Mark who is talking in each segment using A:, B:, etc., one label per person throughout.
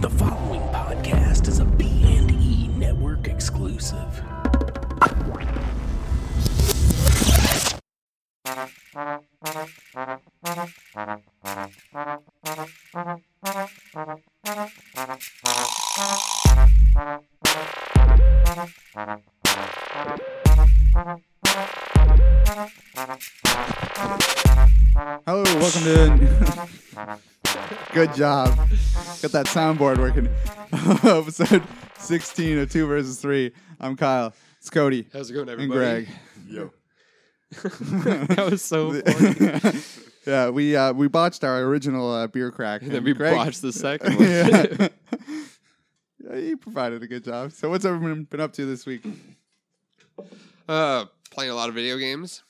A: The following podcast is a B&E network exclusive.
B: Hello, welcome to. Good job. Got that soundboard working. Episode 16 of 2 versus 3. I'm Kyle. It's Cody.
C: How's it going,
B: And
C: everybody?
B: Greg.
C: that was so funny.
B: yeah, we uh, we botched our original uh, beer crack.
C: then
B: and
C: we
B: Greg-
C: botched the second one.
B: yeah. Yeah, he provided a good job. So, what's everyone been up to this week?
C: Uh, playing a lot of video games.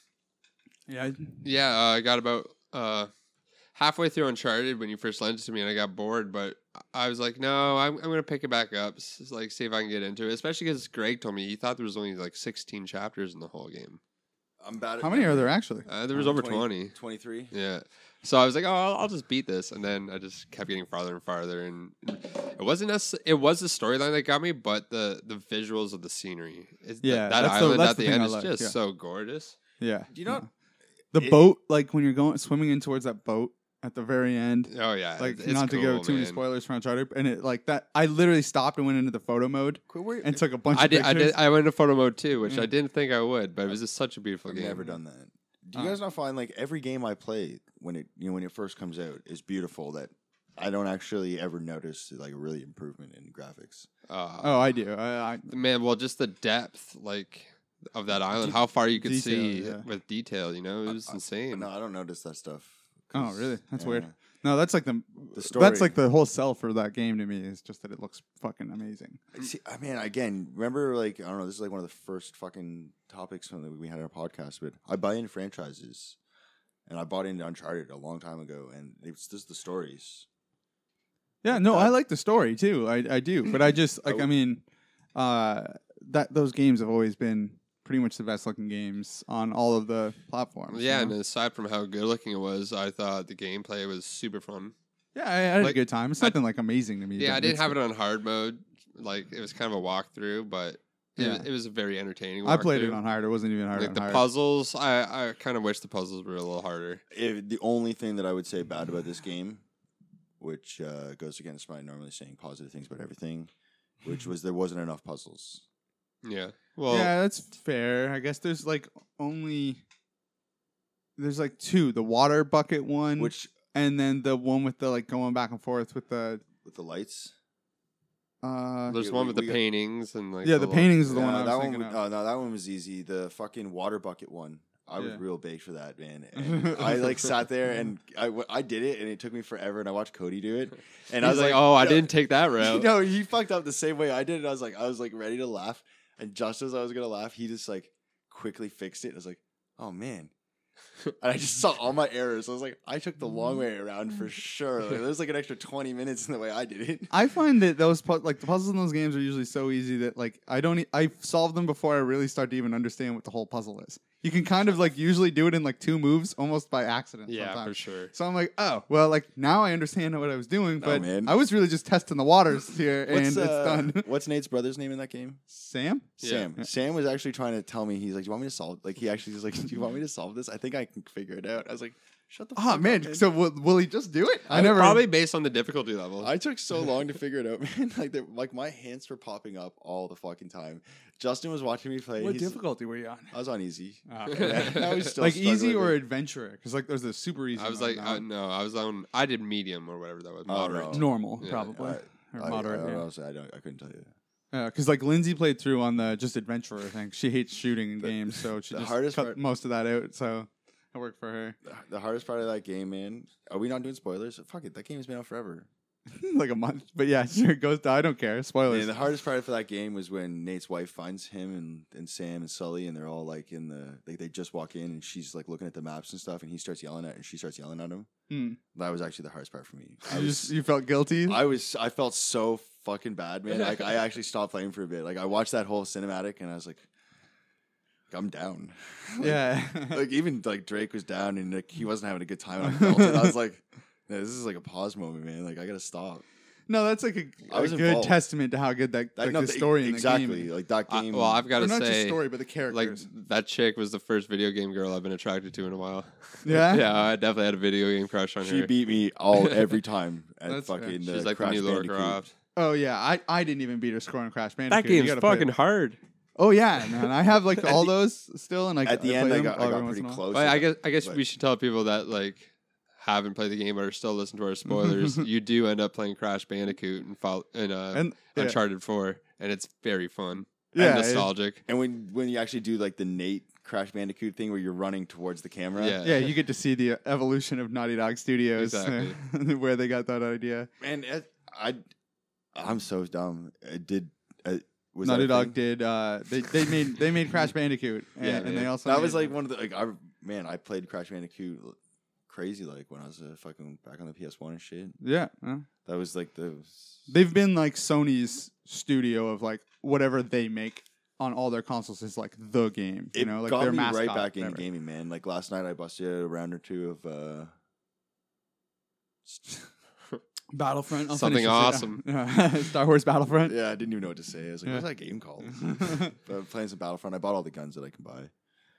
B: Yeah.
C: Yeah, uh, I got about uh, halfway through Uncharted when you first lent it to me, and I got bored. But I was like, no, I'm, I'm gonna pick it back up. s- s- like, see if I can get into it. Especially because Greg told me he thought there was only like 16 chapters in the whole game.
D: I'm bad. At
B: How many are there actually?
C: Uh, there was
D: Um,
C: over
D: 20.
C: 20.
D: 23.
C: Yeah. So I was like, oh, I'll, I'll just beat this, and then I just kept getting farther and farther, and it wasn't necess- It was the storyline that got me, but the the visuals of the scenery, it's th-
B: Yeah,
C: that
B: that's the-
C: island
B: that's
C: at
B: the
C: the,
B: thing
C: end
B: I
C: is
B: like,
C: just
B: yeah.
C: so gorgeous.
B: Yeah.
D: Do you know-
B: The
D: it-
B: boat, like when you're going swimming in towards that boat at the very end.
C: Oh yeah,
B: like
C: it's- it's
B: not to go
C: cool,
B: too many
C: man.
B: spoilers for Uncharted, and it like that. I literally stopped and went into the photo mode
D: Quit worrying.
B: and took a bunch
C: I
B: of
C: did, I
B: pictures.
C: did. I went into photo mode too, which
B: Yeah.
C: I didn't think I would, but it was just such a beautiful
D: I've
C: game.
D: never done that. Do
B: Uh.
D: you guys not find like every game I play when it you know when it first comes out is beautiful that I don't actually ever notice like really improvement in graphics.
C: Uh,
B: oh, I do. I, I,
C: man, well, just the depth, like of that island, how far you could
B: detail,
C: see
B: yeah.
C: with detail. You know, it was
D: I-
C: insane.
D: No, I don't notice that stuff.
B: Oh,
D: 'cause-
B: really? That's
D: yeah.
B: weird. no, that's like the,
D: The
B: That's
D: story-
B: like the whole sell for that game to me is just that it looks fucking amazing.
D: See, I mean, again, remember like I don't know. This is like one of the first fucking topics when we had on our podcast, but I buy in franchises, and I bought into Uncharted a long time ago, and it's just the stories.
B: Yeah,
D: Like
B: no, I
D: that-
B: like the story too. I, I do, but I just like I mean, uh, that those games have always been pretty much the best looking games on all of the platforms. you
C: yeah,
B: know?
C: and aside from how good looking it was, I thought the gameplay was super fun.
B: yeah, I, I had a
C: like,
B: good time. It's
C: I-
B: nothing like amazing to me.
C: Yeah,
B: but
C: I didn't
B: it's-
C: have it on hard mode. Like it was kind of a walkthrough, but it,
B: Yeah.
C: was, it was a very entertaining.
B: I played it
C: walkthrough.
B: on hard. It wasn't even hard
C: Like
B: on
C: the
B: hard.
C: puzzles, I, I kind of wish the puzzles were a little harder.
D: If the only thing that I would say bad about this game, which uh, goes against my normally saying positive things about everything, which was there wasn't enough puzzles.
C: Yeah. Well,
B: yeah, that's fair. I guess there's like only there's like two: the water bucket one,
D: Which
B: and then the one with the like going back and forth with the
D: with the lights,
B: uh,
C: there's
D: yeah,
C: one
D: we-
C: with the
D: we got-
C: paintings and like
B: yeah, the
C: little-
B: paintings is the one
D: Yeah,
B: I was
D: that
B: thinking
D: one.
B: of.
D: Oh no, that one was easy. The fucking water bucket one. I was
B: Yeah.
D: real baked for that, man. And I like sat there and I, w- I did it, and it took me forever. And I watched Cody do it, and
C: And I was like, oh, I didn't take that
D: No,
C: route.
D: no, he fucked up the same way I did. And I was like, I was like ready to laugh, and just as I was gonna laugh, he just like quickly fixed it. And I was like, oh man. and I just saw all my errors. I was like, I took the long way around for sure. Like, there's like an extra 20 minutes in the way I did it.
B: Mm. I find that those pu- like the puzzles in those games are usually so easy that like I don't e- I solve them before I really start to even understand what the whole puzzle is. You can kind of like usually do it in like two moves almost by accident.
C: yeah,
B: sometimes.
C: for sure.
B: So I'm like, oh well, like now I understand what I was doing,
D: No,
B: but
D: man.
B: I was really just testing the waters here, and it's
D: uh,
B: done.
D: What's Nate's brother's name in that game?
B: Sam,
C: Yeah.
D: Sam. Sam was actually trying to tell me. He's like, "Do you want me to solve?" Like he actually was like, "Do you want me to solve this? I think I can figure it out." I was like, "Shut the." fuck
B: Oh
D: up,
B: man! So will, will he just do it? I, never.
C: probably based on the difficulty level.
D: I took so long to figure it out, man. Like, the- like my hands were popping up all the fucking time. Justin was watching me play.
B: What
D: He's-
B: difficulty were you on?
D: I was on easy.
C: I was
D: still
B: like easy
D: struggling
B: or
D: with
B: adventurer? Because like there's a super easy.
C: I was
B: mode
C: like,
B: now.
C: uh, no, I was on. I did medium or whatever that was.
D: Oh,
C: Moderate.
D: no.
B: normal,
C: Yeah,
B: probably
D: I-
B: or
D: I- I,
B: moderate.
D: honestly, I don't. I couldn't tell you.
B: Because like Lindsay played through on the just adventurer thing. She hates shooting in
D: The-
B: games, so she
D: the
B: just
D: hardest
B: cut
D: part-
B: most of that out. So it worked for her.
D: The- The hardest part of that game, man. Are we not doing spoilers? Fuck it. That game has been out forever.
B: like a month, but yeah, sure. Goes down. I don't care. Spoilers.
D: Man, the hardest part for that game was when Nate's wife finds him and, and Sam and Sully, and they're all like in the they, they just walk in, and she's like looking at the maps and stuff, and he starts yelling at, and she starts yelling at him.
B: Hmm.
D: That was actually the hardest part for me. I
B: you, just,
D: was,
B: you felt guilty.
D: I was, I felt so fucking bad, man. Like I actually stopped playing for a bit. Like I watched that whole cinematic, and I was like, I'm down. Like-
B: yeah.
D: Like even like Drake was down, and like, he wasn't having a good time. And I felt it. I was like, "No, this is like a pause moment, man. Like I gotta stop.
B: No, that's like a,
D: I
B: a
D: was
B: good
D: involved.
B: testament to how good that
D: That-
B: like
D: no,
B: the
D: the-
B: story in
D: exactly.
B: the game. is.
D: Like that
C: I-
D: game.
C: well, I've got
B: Or
C: to
B: not just
C: say,
B: story, but the
C: like
B: characters.
C: that chick was the first video game girl I've been attracted to in a while.
B: yeah,
C: yeah, I definitely had a video game crush on
D: she
C: her.
D: beat me all every time at
B: That's fair.
D: fucking.
C: She's
D: uh,
C: like
D: Crash
C: the new Laura
D: Bandicoot.
C: Croft.
B: Oh yeah, I, I didn't even beat her score on Crash Bandicoot.
C: That
B: You
C: game's
B: gotta play it.
C: fucking hard.
B: Oh yeah, man. I have like
D: At
B: all
D: the-
B: those still, and like
D: At the
B: I
D: end,
B: play
D: I
B: them Oh,
D: got I
B: every
D: got
B: once
D: pretty
B: in a while.
D: close.
C: But I guess I guess
D: but-
C: we should tell people that like haven't played the game or still listen to our spoilers. you do end up playing Crash Bandicoot and follow and, uh,
B: And yeah,
C: Uncharted Four, and it's very fun
B: yeah,
C: and
B: it-
C: nostalgic.
D: And when when you actually do like the Nate Crash Bandicoot thing where you're running towards the camera,
C: Yeah.
B: yeah, you get to see the evolution of Naughty Dog Studios,
C: Exactly.
B: where they got that idea.
D: man, it, I I'm so dumb. I did uh, was that
B: Naughty
D: a
B: Dog
D: thing?
B: did. Uh, they they made they made Crash Bandicoot, and,
C: Yeah,
B: and they
C: man.
B: also
D: That
B: made-
D: was like one of the like I man, I played Crash Bandicoot l- crazy like when I was uh, fucking back on the PS1 and shit.
B: yeah. yeah.
D: That was like the
B: They've been like Sony's studio of like whatever they make on all their consoles is like the game.
D: it
B: you know, like
D: got
B: their
D: me
B: mascot.
D: right back into
B: whatever.
D: gaming, man. Like last night, I busted a round or two of uh,
B: Battlefront. I'll
C: Something
B: finish this, yeah. Star Wars Battlefront.
D: yeah, I didn't even know what to say. I was like,
B: Yeah.
D: what's that game called? but I'm playing some Battlefront. I bought all the guns that I can buy.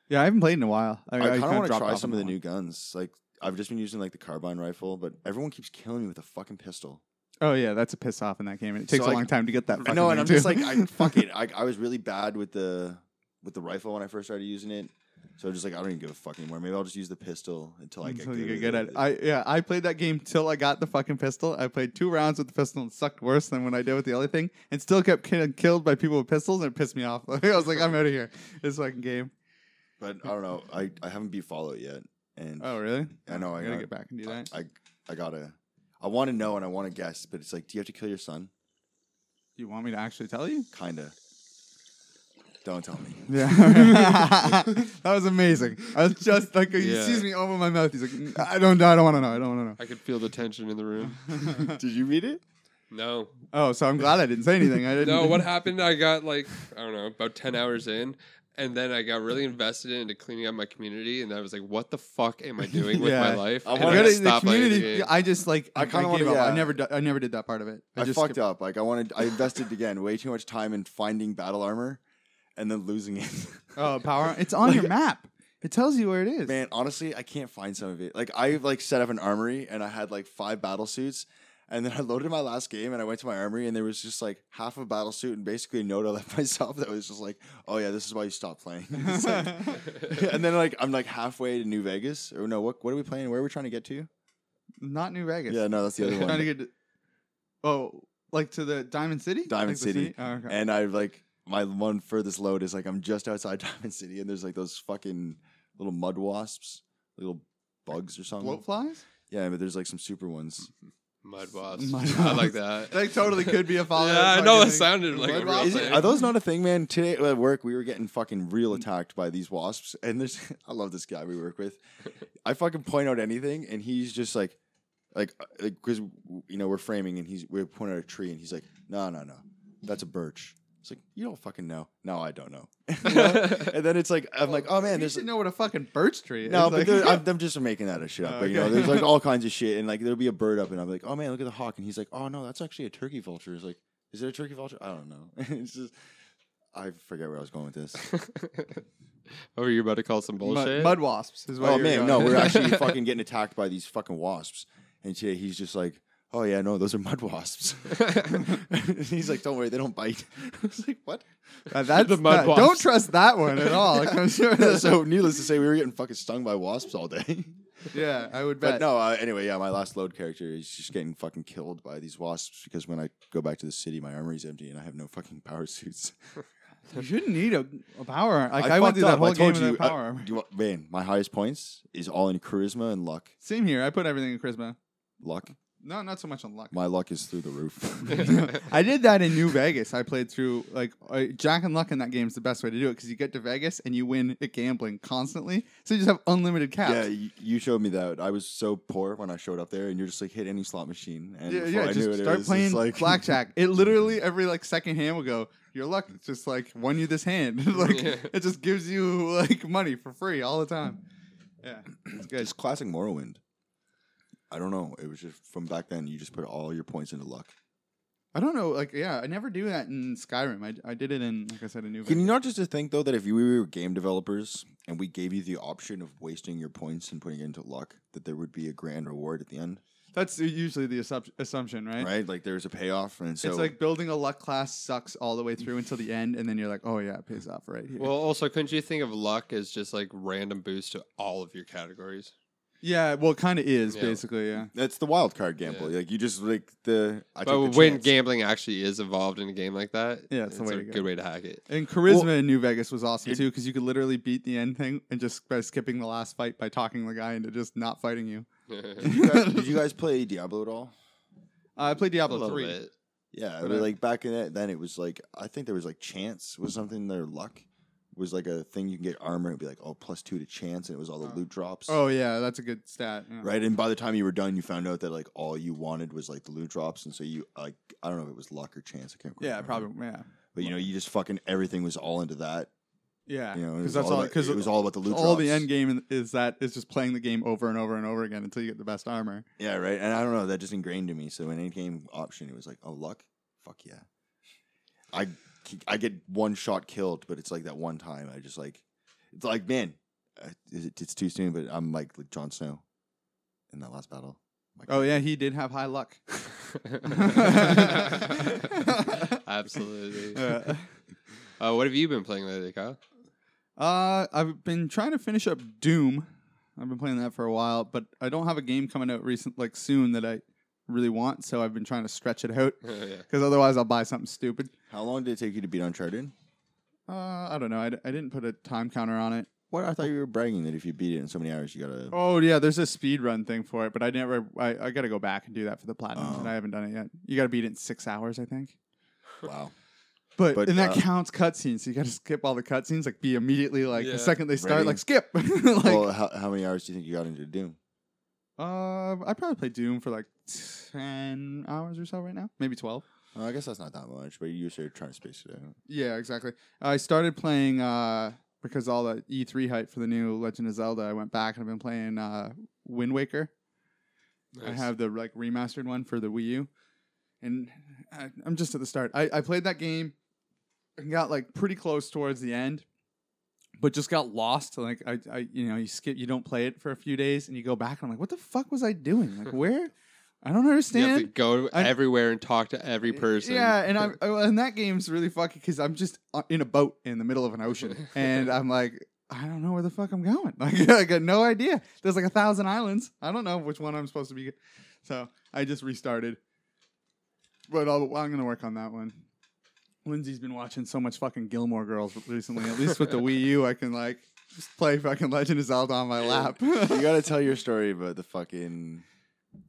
B: Yeah, I haven't played in a while.
D: I, kind of
B: kinda
D: want to
B: dropped
D: try
B: off
D: some
B: on
D: of the
B: that
D: new guns. Like I've just been using like the carbine rifle, but everyone keeps killing me with a fucking pistol.
B: one. Oh yeah, that's a piss off in that game. It takes
D: So,
B: a
D: like,
B: long time to get that.
D: I
B: fucking
D: know,
B: thing,
D: and I'm
B: too.
D: just like, I fuck it. I, I was really bad with the with the rifle when I first started using it, so I'm just like I don't even give a fuck anymore. Maybe I'll just use the pistol until I get
B: Until
D: good,
B: you get
D: at
B: good at it. I yeah, I played that game till I got the fucking pistol. I played two rounds with the pistol and sucked worse than when I did with the other thing, and still kept getting killed by people with pistols, and it pissed me off. I was like, I'm out of here. This fucking game.
D: But I don't know. I, I haven't beat Fallout yet, and
B: Oh really?
D: I know, I
B: gotta
D: got-
B: get back and do
D: I,
B: that.
D: I I gotta. I want to know and I want to guess, but it's like, do you have to kill your son?
B: you want me to actually tell you?
D: Kinda. Don't tell me.
B: Yeah, that was amazing. I was just like, he
C: Yeah.
B: sees me over my mouth. He's like, "N- I don't, know. I don't want to know. I don't want
C: I could feel the tension in the room.
B: to know.
D: Did you read it?
C: No,
B: oh, so I'm glad I didn't say anything. I didn't.
C: no. What happened? I got like I don't know about ten hours in, and then I got really invested into cleaning up my community, and I was like, "What the fuck am I doing with
B: Yeah.
C: my life?"
D: I
C: And
D: wanna-
B: Really,
C: just
B: the
C: stopped playing the
B: community.
C: game.
B: I just like. I
D: I kinda
B: kind of
D: wanna-
B: gave up. I
D: yeah.
B: never. d- I never did that part of it.
D: I,
B: just
D: fucked
B: kept-
D: up. Like I wanted, I invested again way too much time in finding battle armor, and then losing it.
B: Oh, power! It's on your map. It tells you where it is.
D: Man, honestly, I can't find some of it. Like I like set up an armory and I had like five battle suits, and then I loaded my last game and I went to my armory and there was just like half a battle suit and basically a note I left myself that was just like, oh yeah, this is why you stopped playing. It's like- and then like I'm like halfway to New Vegas or no, what what are we playing? Where are we trying to get to?
B: Not New Vegas.
D: Yeah, no, that's the other
B: Trying to
D: one.
B: get. to- oh, like to the Diamond City.
D: Diamond
B: Like the
D: City.
B: Oh, okay.
D: And I like my one furthest load is like I'm just outside Diamond City and there's like those fucking little mud wasps, little bugs or something.
B: Bloatflies?
D: Yeah, but there's like some super ones.
C: Mud wasps.
B: Mud
C: I
B: wasps.
C: like that.
B: That totally could be a follow.
C: Yeah, I know it sounded like a real
D: Is
C: thing.
D: it, are those not a thing, man? Today at work, we were getting fucking real attacked by these wasps, and there's I love this guy we work with. I fucking point out anything, and he's just like, like, because you know we're framing, and he's we point out a tree, and he's like, no, no, no, that's a birch. It's like you don't fucking know. No, I don't know. You know? and then it's like I'm like, oh man,
B: you
D: there's
B: should know what a fucking birch tree is.
D: no,
B: like,
D: but there- I'm, I'm just making that a shit up.
B: Oh,
D: But you know,
B: okay.
D: there's like all kinds of shit, and like there'll be a bird up, and I'm like, oh man, look at the hawk, and he's like, oh no, that's actually a turkey vulture. It's like, is it a turkey vulture? I don't know. it's just, I forget where I was going with this.
C: oh, you're about to call some
B: mud,
C: bullshit.
B: mud wasps is what
D: oh
B: you're
D: man,
B: going.
D: no, we're actually fucking getting attacked by these fucking wasps, and today he's just like, oh yeah, no, those are mud wasps. And he's like, don't worry, they don't bite. I was like, what?
B: Uh, that's,
C: The mud
B: that-
C: wasps.
B: Don't trust that one at all. Like, I'm sure that-
D: so needless to say, we were getting fucking stung by wasps all day.
B: yeah, I would bet.
D: But no, uh, anyway, yeah, my last load character is just getting fucking killed by these wasps because when I go back to the city, my armory's empty and I have no fucking power suits.
B: you shouldn't need a, a power. arm. Like I, went
D: fucked
B: through that
D: up.
B: whole
D: I
B: game without
D: told you,
B: power.
D: I-
B: armor.
D: do you want- man, my highest points is all in charisma and luck.
B: Same here. I put everything in charisma.
D: Luck.
B: No, not so much on luck.
D: My luck is through the roof.
B: I did that in New Vegas. I played through like uh, Jack and Luck in that game is the best way to do it because you get to Vegas and you win at gambling constantly, so you just have unlimited cash.
D: yeah, you, you showed me that. I was so poor when I showed up there, and you're just like hit any slot machine, and
B: Yeah, yeah.
D: before I
B: Just
D: knew it, it
B: start
D: was
B: playing
D: just like
B: blackjack. It literally every like second hand will go. Your luck It's just like won you this hand. like
C: Yeah.
B: it just gives you like money for free all the time. Yeah, it's good.
D: It's classic Morrowind. I don't know. It was just from back then. You just put all your points into luck.
B: I don't know. Like, yeah, I never do that in Skyrim. I, I did it in, like I said, a new.
D: Can you not just to think though that if you- we were game developers and we gave you the option of wasting your points and putting it into luck, that there would be a grand reward at the end,
B: That's usually the assup- assumption, right?
D: right? Like there's a payoff, and so
B: It's like building a luck class sucks all the way through until the end, and then you're like, oh yeah, it pays off right here.
C: Well, also, couldn't you think of luck as just like random boost to all of your categories?
B: yeah, well, kind of is
C: Yeah.
B: basically, yeah.
D: that's the wild card gamble.
C: Yeah.
D: Like you just like the I
C: but
D: took the
C: when
D: chance.
C: gambling actually is involved in a game like that,
B: Yeah, it's the way
C: a
B: to go.
C: good way to hack it.
B: And charisma
D: Well-
B: in New Vegas was awesome too, because you could literally beat the end thing and just by skipping the last fight by talking the guy into just not fighting you.
C: a
D: Did you guys- did you guys play Diablo at all?
B: Uh, I played Diablo
C: little
B: three.
C: bit.
D: Yeah,
B: But
D: but
B: I-
D: like back in that, then it was like I think there was like chance was something their luck was like a thing you can get armor and it'd be like oh plus two to chance and it was all the loot drops.
B: Oh yeah, that's a good stat. yeah.
D: Right, and by the time you were done, you found out that like all you wanted was like the loot drops, and so you like I don't know if it was luck or chance. I can't. quite
B: Yeah,
D: remember.
B: probably. Yeah,
D: But you know, you just fucking everything was all into that.
B: yeah.
D: You know,
B: Because that's all. Because
D: it was all about the loot.
B: all the
D: drops.
B: end game in- is that is just playing the game over and over and over again until you get the best armor.
D: Yeah, right. And I don't know, that just ingrained in me. So an end game option, it was like, oh luck, fuck yeah. I I get one shot killed, but it's like that one time. I just like it's like man, uh, is it- it's too soon, but I'm like, like Jon Snow in that last battle. Like,
B: Oh yeah, he did have high luck.
C: Absolutely.
B: Uh,
C: Uh, what have you been playing lately, Kyle?
B: Uh, I've been trying to finish up Doom. I've been playing that for a while, but I don't have a game coming out recent like soon that I really want, so I've been trying to stretch it out
C: Oh, yeah.
B: because otherwise I'll buy something stupid.
D: How long did it take you to beat Uncharted?
B: Uh, I don't know. I, d- I didn't put a time counter on it.
D: What I thought you were bragging that if you beat it in so many hours, you got a
B: Oh yeah, there's a speed run thing for it, but I never. I, I got to go back and do that for the platinum,
D: Oh.
B: and I haven't done it yet. You got to beat it in six hours, I think.
D: wow.
B: But,
D: But,
B: and that
D: uh,
B: counts cutscenes. So you got to skip all the cutscenes. Like be immediately like
C: Yeah.
B: the second they start,
D: Ready.
B: like skip. like
D: well, how, how many hours do you think you got into Doom?
B: Uh, I probably play Doom for like ten hours or so right now, maybe twelve.
D: Well, I guess that's not that much, but you started trying to space it out.
B: Yeah, exactly. I started playing uh because all the E3 hype for the new Legend of Zelda. I went back and I've been playing uh Wind Waker. I
C: Nice.
B: have the like remastered one for the Wii U, and I, I'm just at the start. I, I played that game and got like pretty close towards the end, but just got lost. Like I, I you know you skip you don't play it for a few days and you go back and I'm like, what the fuck was I doing? Like where? I don't
C: You have
B: understand.
C: to go
B: I-
C: everywhere and talk to every person.
B: Yeah, and I'm oh, and that game's really fucking because I'm just uh, in a boat in the middle of an ocean, and I'm like, I don't know where the fuck I'm going. Like, I got no idea. There's like a thousand islands. I don't know which one I'm supposed to be. So I just restarted, but I'll, I'm gonna work on that one. Lindsay's been watching so much fucking Gilmore Girls recently. At least with the Wii U, I can like just play fucking Legend of Zelda on my lap.
D: you gotta tell your story about the fucking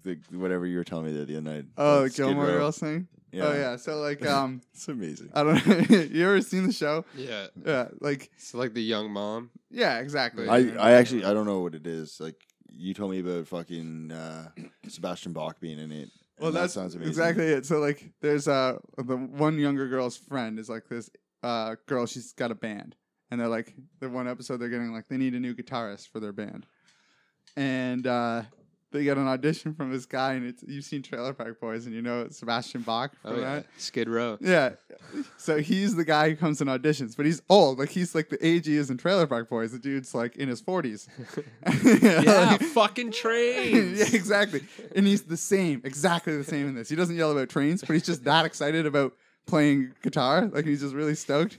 D: the whatever you were telling me the other night.
B: oh, the
D: That Skid
B: Gilmore
D: Row.
B: Girls thing. Oh yeah. So like, um,
D: it's amazing.
B: I don't. know. you ever seen the show?
C: yeah.
B: Yeah, like
C: So like the young mom.
B: Yeah, exactly.
D: I I actually I don't know what it is. Like you told me about fucking uh, Sebastian Bach being in it.
B: well,
D: and
B: that's exactly it. So like, there's uh the one younger girl's friend is like this uh girl. She's got a band, and they're like the one episode they're getting like they need a new guitarist for their band, and uh they get an audition from this guy, and it's you've seen Trailer Park Boys, and you know it's Sebastian Bach for
C: Oh yeah.
B: that.
C: Skid Row.
B: Yeah. So he's the guy who comes in auditions, but he's old. Like he's like the age he is in Trailer Park Boys. The dude's like in his forties.
C: Yeah, fucking trains.
B: yeah, exactly. And he's the same, exactly the same in this. He doesn't yell about trains, but he's just that excited about playing guitar. Like he's just really stoked.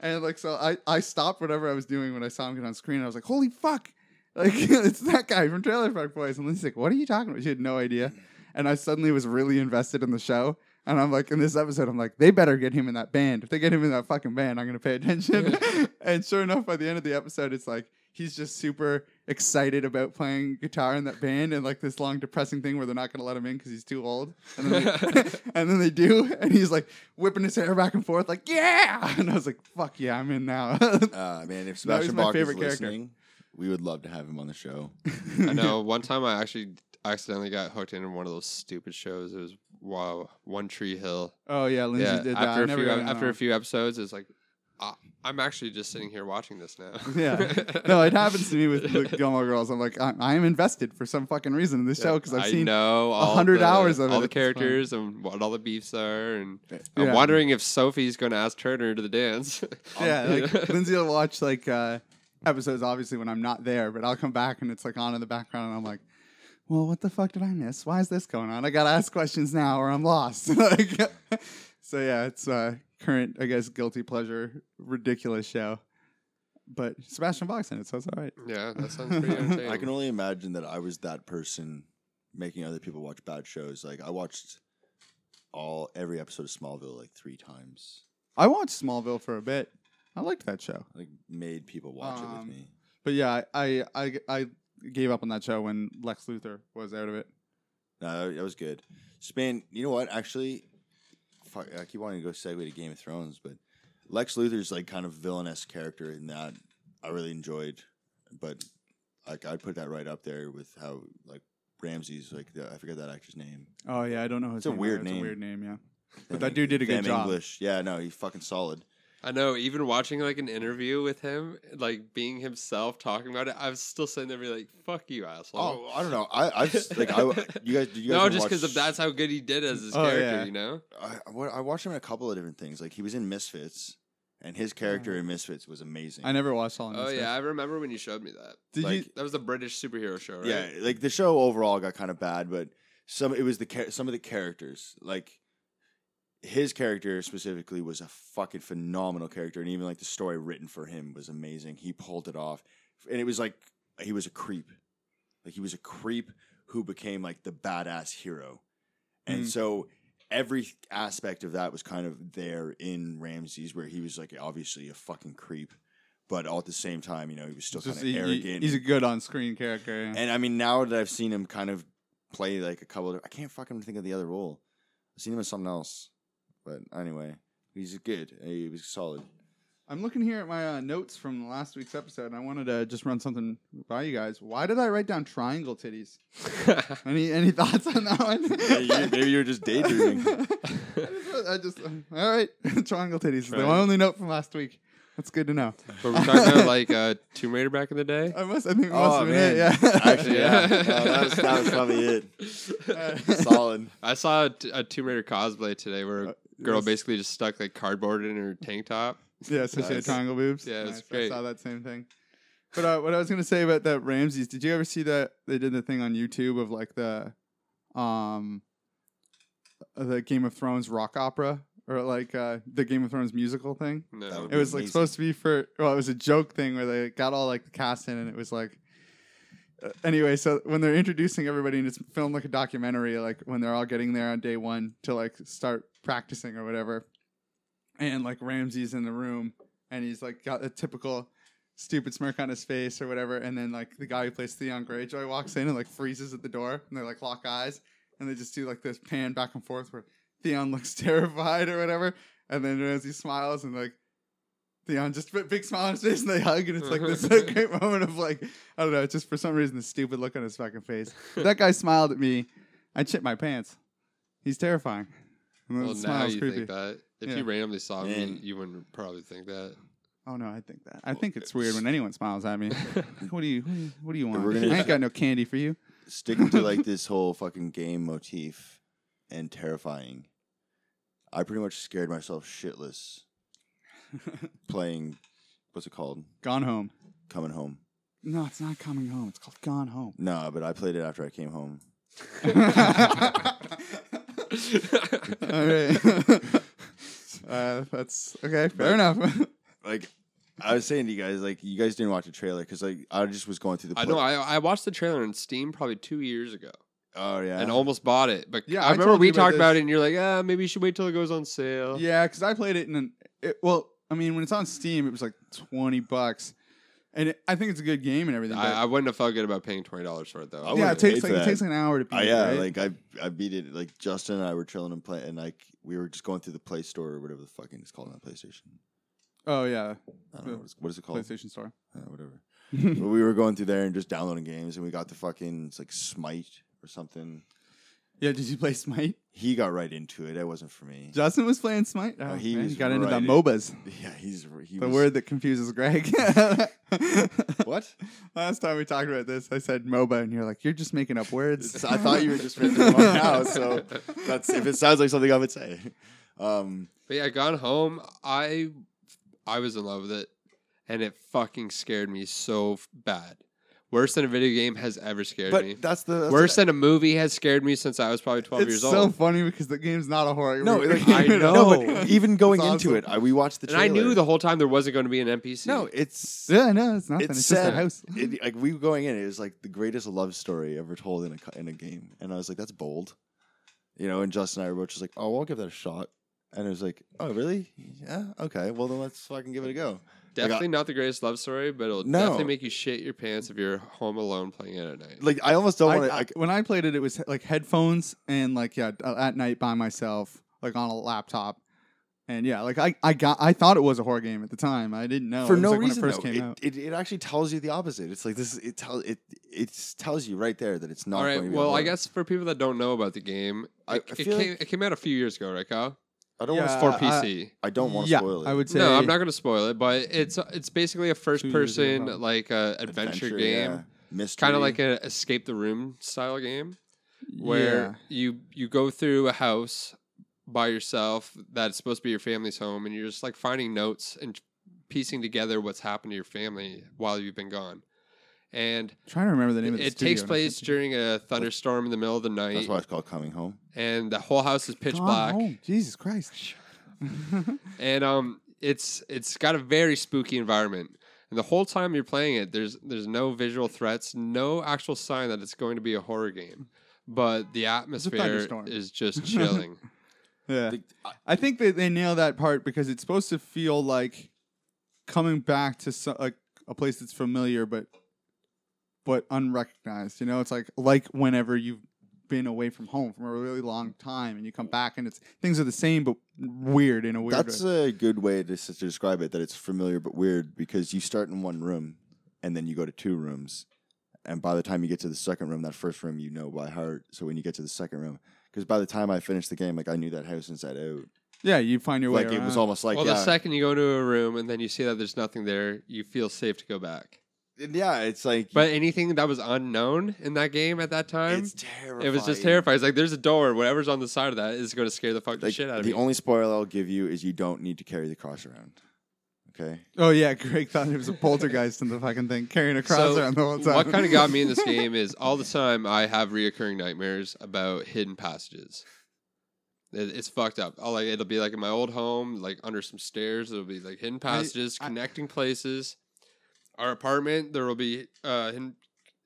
B: And like so I, I stopped whatever I was doing when I saw him get on screen. I was like, holy fuck. Like it's that guy from Trailer Park Boys. And Lindsay's like, what are you talking about? She had no idea. And I suddenly was really invested in the show. And I'm like, in this episode, I'm like, they better get him in that band. If they get him in that fucking band, I'm gonna pay attention. and sure enough, by the end of the episode, it's like he's just super excited about playing guitar in that band, and like this long depressing thing where they're not gonna let him in because he's too old. And then, they, and then they do, and he's like whipping his hair back and forth, like yeah. And I was like, fuck yeah, I'm in now.
D: Uh, man, if
B: No, he's
D: Sebastian
B: my
D: Bach is
B: favorite
D: listening,
B: character.
D: we would love to have him on the show.
C: I know. One time I actually accidentally got hooked into one of those stupid shows. It was wow, One Tree Hill.
B: oh yeah, Lindsay
C: yeah.
B: did that. I
C: after a
B: never
C: few
B: got
C: ep-
B: in on
C: after
B: that.
C: a few episodes, it's like I, I'm actually just sitting here watching this now.
B: Yeah. No, it happens to me with the Gilmore Girls. I'm like, I, I am invested for some fucking reason in this show because I've
C: I
B: seen.
C: know all
B: 100
C: the-
B: hours of
C: all
B: it.
C: the
B: It's fun.
C: characters and what all the beefs are, and I'm
B: Yeah.
C: wondering if Sophie's going to ask Turner to the dance.
B: Yeah, like Lindsay will watch like uh, episodes obviously when I'm not there, but I'll come back and it's like on in the background, and I'm like, well, what the fuck did I miss? Why is this going on? I gotta ask questions now, or I'm lost. like, so yeah, it's uh, current, I guess, guilty pleasure, ridiculous show. But Sebastian Bach's in it, so it's all right.
C: yeah, that sounds pretty entertaining.
D: I can only imagine that I was that person making other people watch bad shows. Like I watched all every episode of Smallville like three times.
B: I watched Smallville for a bit. I liked that show.
D: I, like made people watch it
B: Um,
D: with me.
B: But yeah, I, I I I gave up on that show when Lex Luthor was out of it.
D: No, that- that was good. Spain, you know what? Actually, fuck, I keep wanting to go segue to Game of Thrones, but Lex Luthor's like kind of villainous character in that I really enjoyed, but like I'd put that right up there with how like Ramsey's like the, I forget that actor's name.
B: Oh yeah, I don't know his
D: It's a
B: name. though.
D: weird
B: It's
D: name.
B: a weird name, yeah.
D: Them
B: But that dude did a
D: Them
B: good job.
D: English, yeah, no, he's fucking solid.
C: I know, even watching like an interview with him, like being himself talking about it, I was still sitting there be like, fuck you, asshole.
D: Oh, I don't know. I, I just, like I, you guys, did you guys
C: no,
D: ever
C: just
D: watch-
C: because that's how good he did as his
B: Oh,
C: character,
B: yeah.
C: you know?
D: I, I wa- I watched him in a couple of different things. Like he was in Misfits, and his character in Misfits was amazing.
B: I never watched all. in
C: Oh,
B: Misfits.
C: yeah, I remember when you showed me that.
B: Did
D: Like,
B: you?
C: That was the British superhero show, right?
D: Yeah, like the show overall got kind of bad, but some it was the char- some of the characters like his character specifically was a fucking phenomenal character, and even like the story written for him was amazing. He pulled it off, and it was like he was a creep, like he was a creep who became like the badass hero, and
B: Mhm.
D: so every aspect of that was kind of there in Ramses, where he was like obviously a fucking creep. But all at the same time, you know, he was still kind
B: Just
D: of
B: he- he-
D: arrogant.
B: he's a good on-screen character. yeah.
D: And I mean, now that I've seen him kind of play like a couple of, I can't fucking think of the other role. I've seen him in something else. But anyway, he's good. He was solid.
B: I'm looking here at my uh, notes from last week's episode, and I wanted to just run something by you guys. Why did I write down triangle titties? Any any thoughts on that one?
D: maybe you're just daydreaming.
B: I just uh, all right. triangle titties. is The
C: Triangle.
B: only note from last week. That's good to know.
C: Were we talking about like uh, Tomb Raider back in the day?
B: I must. I think it must
D: oh
B: have been
D: man,
B: it. Yeah.
D: actually, yeah,
C: Yeah.
D: No, that, was, that was probably it. Solid.
C: I saw a, t- a Tomb Raider cosplay today where
B: Uh,
C: a girl
B: yes.
C: basically just stuck like cardboard in her tank top.
B: Yeah, so she had
D: Nice.
B: triangle boobs.
C: Yeah, it's
B: Nice,
C: great.
B: I saw that same thing. But uh, what I was gonna say about that Ramses, did you ever see that they did the thing on YouTube of like the, um, the Game of Thrones rock opera or like uh, the Game of Thrones musical thing?
C: No.
D: That would
B: It was like
D: Amazing.
B: supposed to be for well, it was a joke thing where they got all like the cast in, and it was like. uh, Anyway, so when they're introducing everybody and it's filmed like a documentary, like when they're all getting there on day one to like start practicing or whatever, and like Ramsey's in the room and he's like got a typical stupid smirk on his face or whatever, and then like the guy who plays Theon Greyjoy walks in and like freezes at the door and they like lock eyes and they just do like this pan back and forth where Theon looks terrified or whatever, and then Ramsey smiles and like Theon just put big smile on his face and they hug and it's like this
C: Mm-hmm.
B: like, great moment of like I don't know, it's just for some reason the stupid look on his fucking face. If that guy smiled at me, I shit my pants. He's terrifying. And that
C: Well, now
B: smile's
C: you
B: creepy.
C: think that. If
B: Yeah.
C: you randomly saw me,
D: Man.
C: you wouldn't probably think that.
B: Oh no, I think that. I think it's weird when anyone smiles at me. what do you what do you- What do you want?
D: We're gonna-
B: I ain't got no candy for you.
D: Sticking to like this whole fucking game motif and terrifying. I pretty much scared myself shitless playing. What's it called?
B: Gone home.
D: Coming home.
B: No, it's not coming home. It's called Gone Home.
D: No, but I played it after I came home.
B: All right. uh, that's okay. Fair enough.
D: like I was saying to you guys, like you guys didn't watch the trailer because like I just was going through the.
C: I know. I, I watched the trailer on Steam probably two years ago
D: oh yeah,
C: and almost bought it. But
B: Yeah,
C: I
B: I
C: remember
B: told
C: we
B: you about
C: talked about
B: this.
C: it, and you're like, ah, maybe you should wait till it goes on sale.
B: Yeah, because I played it in an it, well, I mean, when it's on Steam, it was like twenty bucks, and it, I think it's a good game and everything.
C: I, I
B: But
C: wouldn't have felt good about paying twenty dollars for it though.
D: I
B: yeah,
D: would've
B: it takes like
D: paid for
B: it
D: that.
B: takes like an hour to beat.
D: Oh, yeah,
B: right?
D: like I I beat it. Like Justin and I were chilling and playing, and like we were just going through the Play Store or whatever the fucking it's called on PlayStation.
B: oh yeah,
D: I don't know
B: The
D: what, it's, what is it called.
B: PlayStation Store.
D: Uh, whatever. but we were going through there and just downloading games, and we got the fucking it's like Smite or something.
B: Yeah, did you play Smite?
D: He got right into it. That wasn't for me.
B: Justin was playing Smite. Oh,
D: Oh, he
B: man,
D: was
B: he got into the
D: right in.
B: MOBAs.
D: Yeah, he's he
B: The
D: was,
B: word that confuses Greg.
D: What?
B: Last time we talked about this, I said MOBA, and you're like, "You're just making up words."
D: It's- I thought you were just making them up now. So that's if it sounds like something I would say. Um,
C: But yeah, Gone Home, I I was in love with it, and it fucking scared me so f- bad. Worse than a video game has ever scared me.
D: but that's the that's
C: Worse
D: the,
C: than a movie has scared me since I was probably twelve
B: it's
C: years
B: so
C: old.
B: funny because the game's not a horror.
D: no.
B: game
D: Like,
C: I
D: I know.
C: know.
D: but even going
B: It's
D: into
B: awesome.
D: it, I, we watched the
C: and
D: trailer.
C: I knew the whole time there wasn't going to be an NPC.
D: no. It's
B: yeah, no, it's nothing.
D: it's,
B: It's, just a
D: sad.
B: house.
D: It, like we were going in, it was like the greatest love story ever told in a co- in a game, and I was like, "That's bold," you know. And Justin and I were both just like, "Oh, I'll give that a shot," and it was like, "Oh, really? Yeah, okay. Well, then let's fucking give it a go."
C: definitely not the greatest love story, but it'll
D: No.
C: definitely make you shit your pants if you're home alone playing it at night.
D: Like I almost don't
B: I-
D: want to.
B: I- when I played it, it was like headphones and like yeah, uh, at night by myself, like on a laptop, and yeah, like I, I got I thought it was a horror game at the time. I didn't know
D: for
B: It was,
D: no
B: like,
D: reason.
B: when it first
D: though.
B: came
D: it,
B: out.
D: It, it actually tells you the opposite. It's like this. is- It tells it. It tells you right there that it's not.
C: All right.
D: Going to be a
C: Well, I
D: horror.
C: guess for people that don't know about the game,
D: I-
C: it,
D: I
C: it
D: feel
C: came,
D: like-
C: it came out a few years ago, right, Kyle?
D: I don't want
B: Yeah.
D: to.
C: For
B: Uh, I-
C: PC.
D: I don't want to
B: yeah,
D: spoil it.
B: I would say
C: no, I'm not going to spoil it, but it's it's basically a first
B: Two years ago.
C: person like uh, adventure, game.
D: yeah. mystery.
C: kind of like an escape the room style game where you you go through a house by yourself that's supposed to be your family's home and you're just like finding notes and piecing together what's happened to your family while you've been gone and
B: I'm trying to remember the name
C: it,
B: of the
C: it
B: studio.
C: takes place during a thunderstorm in the middle of the night
D: That's why it's called coming home.
C: and the whole house is pitch
B: Gone
C: black
B: Home. Jesus Christ.
C: and um, it's it's got a very spooky environment. And the whole time you're playing it, there's there's no visual threats, no actual sign that it's going to be a horror game, but the atmosphere
B: thunderstorm.
C: is just chilling.
B: yeah.
D: The- I-
B: I think that they nail that part because it's supposed to feel like coming back to so, like a place that's familiar but but unrecognized. You know, it's like like whenever you've been away from home from a really long time and you come back and it's things are the same but weird in a weird
D: That's
B: way.
D: a good way to, s- to describe it. That it's familiar but weird because you start in one room and then you go to two rooms, and by the time you get to the second room, that first room you know by heart. So when you get to the second room, because by the time I finished the game, like I knew that house inside out.
B: yeah, you find your way
D: Like it
B: around.
D: was almost like
C: well,
D: yeah,
C: the second you go into a room and then you see that there's nothing there, you feel safe to go back.
D: yeah. It's like
C: But anything that was unknown in that game at that time,
D: it's terrifying.
C: it was just terrifying. It's like there's a door, whatever's on the side of that is going to scare the fucking
D: Like,
C: shit out of
D: the
C: me.
D: only spoiler I'll give you is you don't need to carry the cross around. Okay.
B: oh yeah, Greg thought it was a poltergeist in the fucking thing carrying a cross around the whole time.
C: What kind of got me in this game is all the time I have reoccurring nightmares about hidden passages. It- It's fucked up. I'll, like it'll be like in my old home, like under some stairs. There'll be like hidden passages
B: I-
C: connecting places. Our apartment, there will be uh, hidden,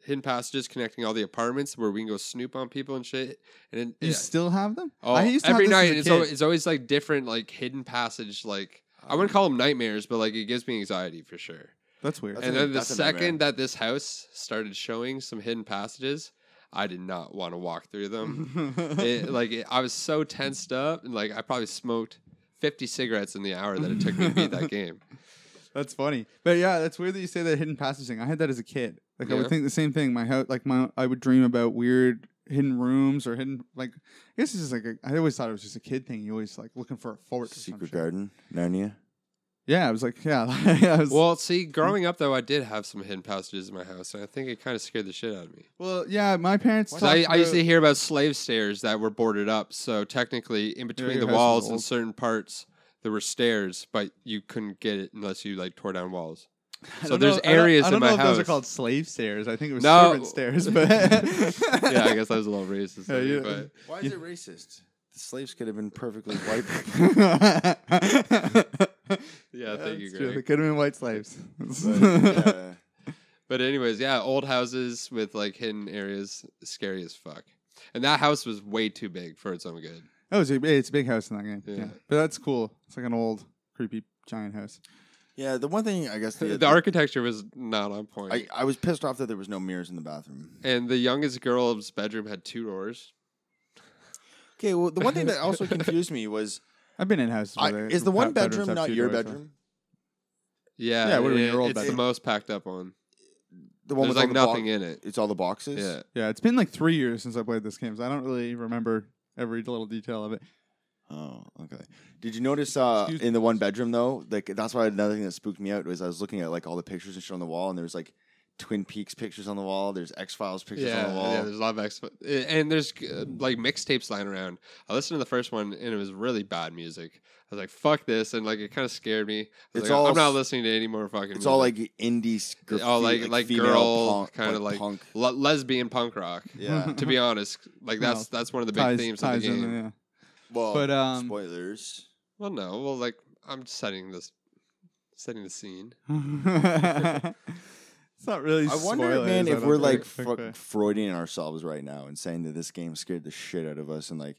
C: hidden passages connecting all the apartments where we can go snoop on people and shit. And it,
B: you still have them?
C: oh,
B: I used to have
C: every
B: this as
C: night
B: a
C: it's
B: kid. Um,
C: always, it's always like different, like hidden passage. Like I wouldn't call them nightmares, but like it gives me anxiety for sure
B: That's weird.
D: That's
C: and
D: a-
C: then the
D: that's a nightmare.
C: second that this house started showing some hidden passages, I did not want to walk through them. it, like it, I was so tensed up, and like I probably smoked fifty cigarettes in the hour that it took me to beat that game.
B: That's funny, but yeah, that's weird that you say that hidden passage thing. I had that as a kid. Like I would
C: Yeah.
B: think the same thing. My house, like my, I would dream about weird hidden rooms or hidden like. I guess it's just like a, I always thought it was just a kid thing. You always like looking for a fort. Or some
D: Secret
B: shit.
D: Garden, Narnia.
B: Yeah, I was like, yeah, I was, well,
C: Well, see, growing
B: mm.
C: up though, I did have some hidden passages in my house, and I think it kind of scared the shit out of me.
B: yeah. My parents.
C: 'Cause I,
B: talked
C: I used to
B: about-
C: hear about slave stairs that were boarded up, so technically, in between
B: your
C: the
B: house was
C: walls in
B: old.
C: certain parts, there were stairs, but you couldn't get it unless you like tore down walls.
B: I
C: So
B: don't
C: there's
B: know- I don't-
C: areas
B: I don't
C: in my
B: know if
C: house.
B: Those are called slave stairs. I think it was
C: No.
B: servant stairs, but
C: yeah, I guess I was a little racist.
B: Yeah,
C: of me,
B: you-
C: but
D: Why is it racist? The slaves could have been perfectly white.
C: yeah, thank you,
B: That's true.
C: Greg.
B: They could have been white slaves.
D: but, uh,
C: But anyways, yeah, old houses with like hidden areas, scary as fuck. And that house was way too big for its own good.
B: Oh, it's a, it's a big house in that game. Yeah.
C: Yeah.
B: But that's cool. It's like an old, creepy, giant house.
D: yeah, the one thing I guess the,
C: The architecture was not on point.
D: I, I was pissed off that there was no mirrors in the bathroom.
C: and the youngest girl's bedroom had two doors.
D: Okay, well, the one thing that also confused me was
B: I've been in houses.
D: I,
B: where they-
D: is the one
B: have bedrooms
D: bedroom
B: have
D: not
B: two
D: your
B: doors, so-
D: bedroom?
C: Yeah,
B: Yeah, it would've been
C: it-
B: your old
C: It's the
B: bedroom.
C: most packed up one.
D: the one
C: There's
D: with all
C: like
D: the
C: nothing in
D: box-
C: it.
D: It's all the boxes.
C: Yeah.
B: Yeah, it's been like three years since I played this game, so I don't really remember every little detail of it.
D: Oh, okay. Did you notice uh,
B: Excuse-
D: in the one bedroom though? Like that's why another thing that spooked me out was I was looking at like all the pictures and shit on the wall, and there was like Twin Peaks pictures on the wall. There's X Files pictures
C: Yeah,
D: on the wall.
C: yeah, there's a lot of X, and there's uh, like mixtapes lying around. I listened to the first one, and it was really bad music. I was like, "Fuck this," and like it kind of scared me. I was
D: It's
C: like,
D: all
C: I'm not
D: s-
C: listening to any more fucking.
D: it's all
C: music.
D: like indie, graffiti,
C: all like- like
D: female
C: girl
D: punk-
C: kinda like-
D: punk.
C: Le- lesbian punk rock.
D: Yeah.
C: To be honest, like
B: No.
C: that's that's one of the big
B: Ties-
C: themes of the
B: ties in,
C: game.
B: yeah.
D: well,
B: But, um,
D: spoilers.
C: Well, no, well, like I'm setting this, setting the scene.
B: it's not really.
D: I wonder,
B: spoilers,
D: man,
B: I
D: if
B: don't
D: we're
B: think.
D: like
B: Okay.
D: fuck Freudian ourselves right now and saying that this game scared the shit out of us, and like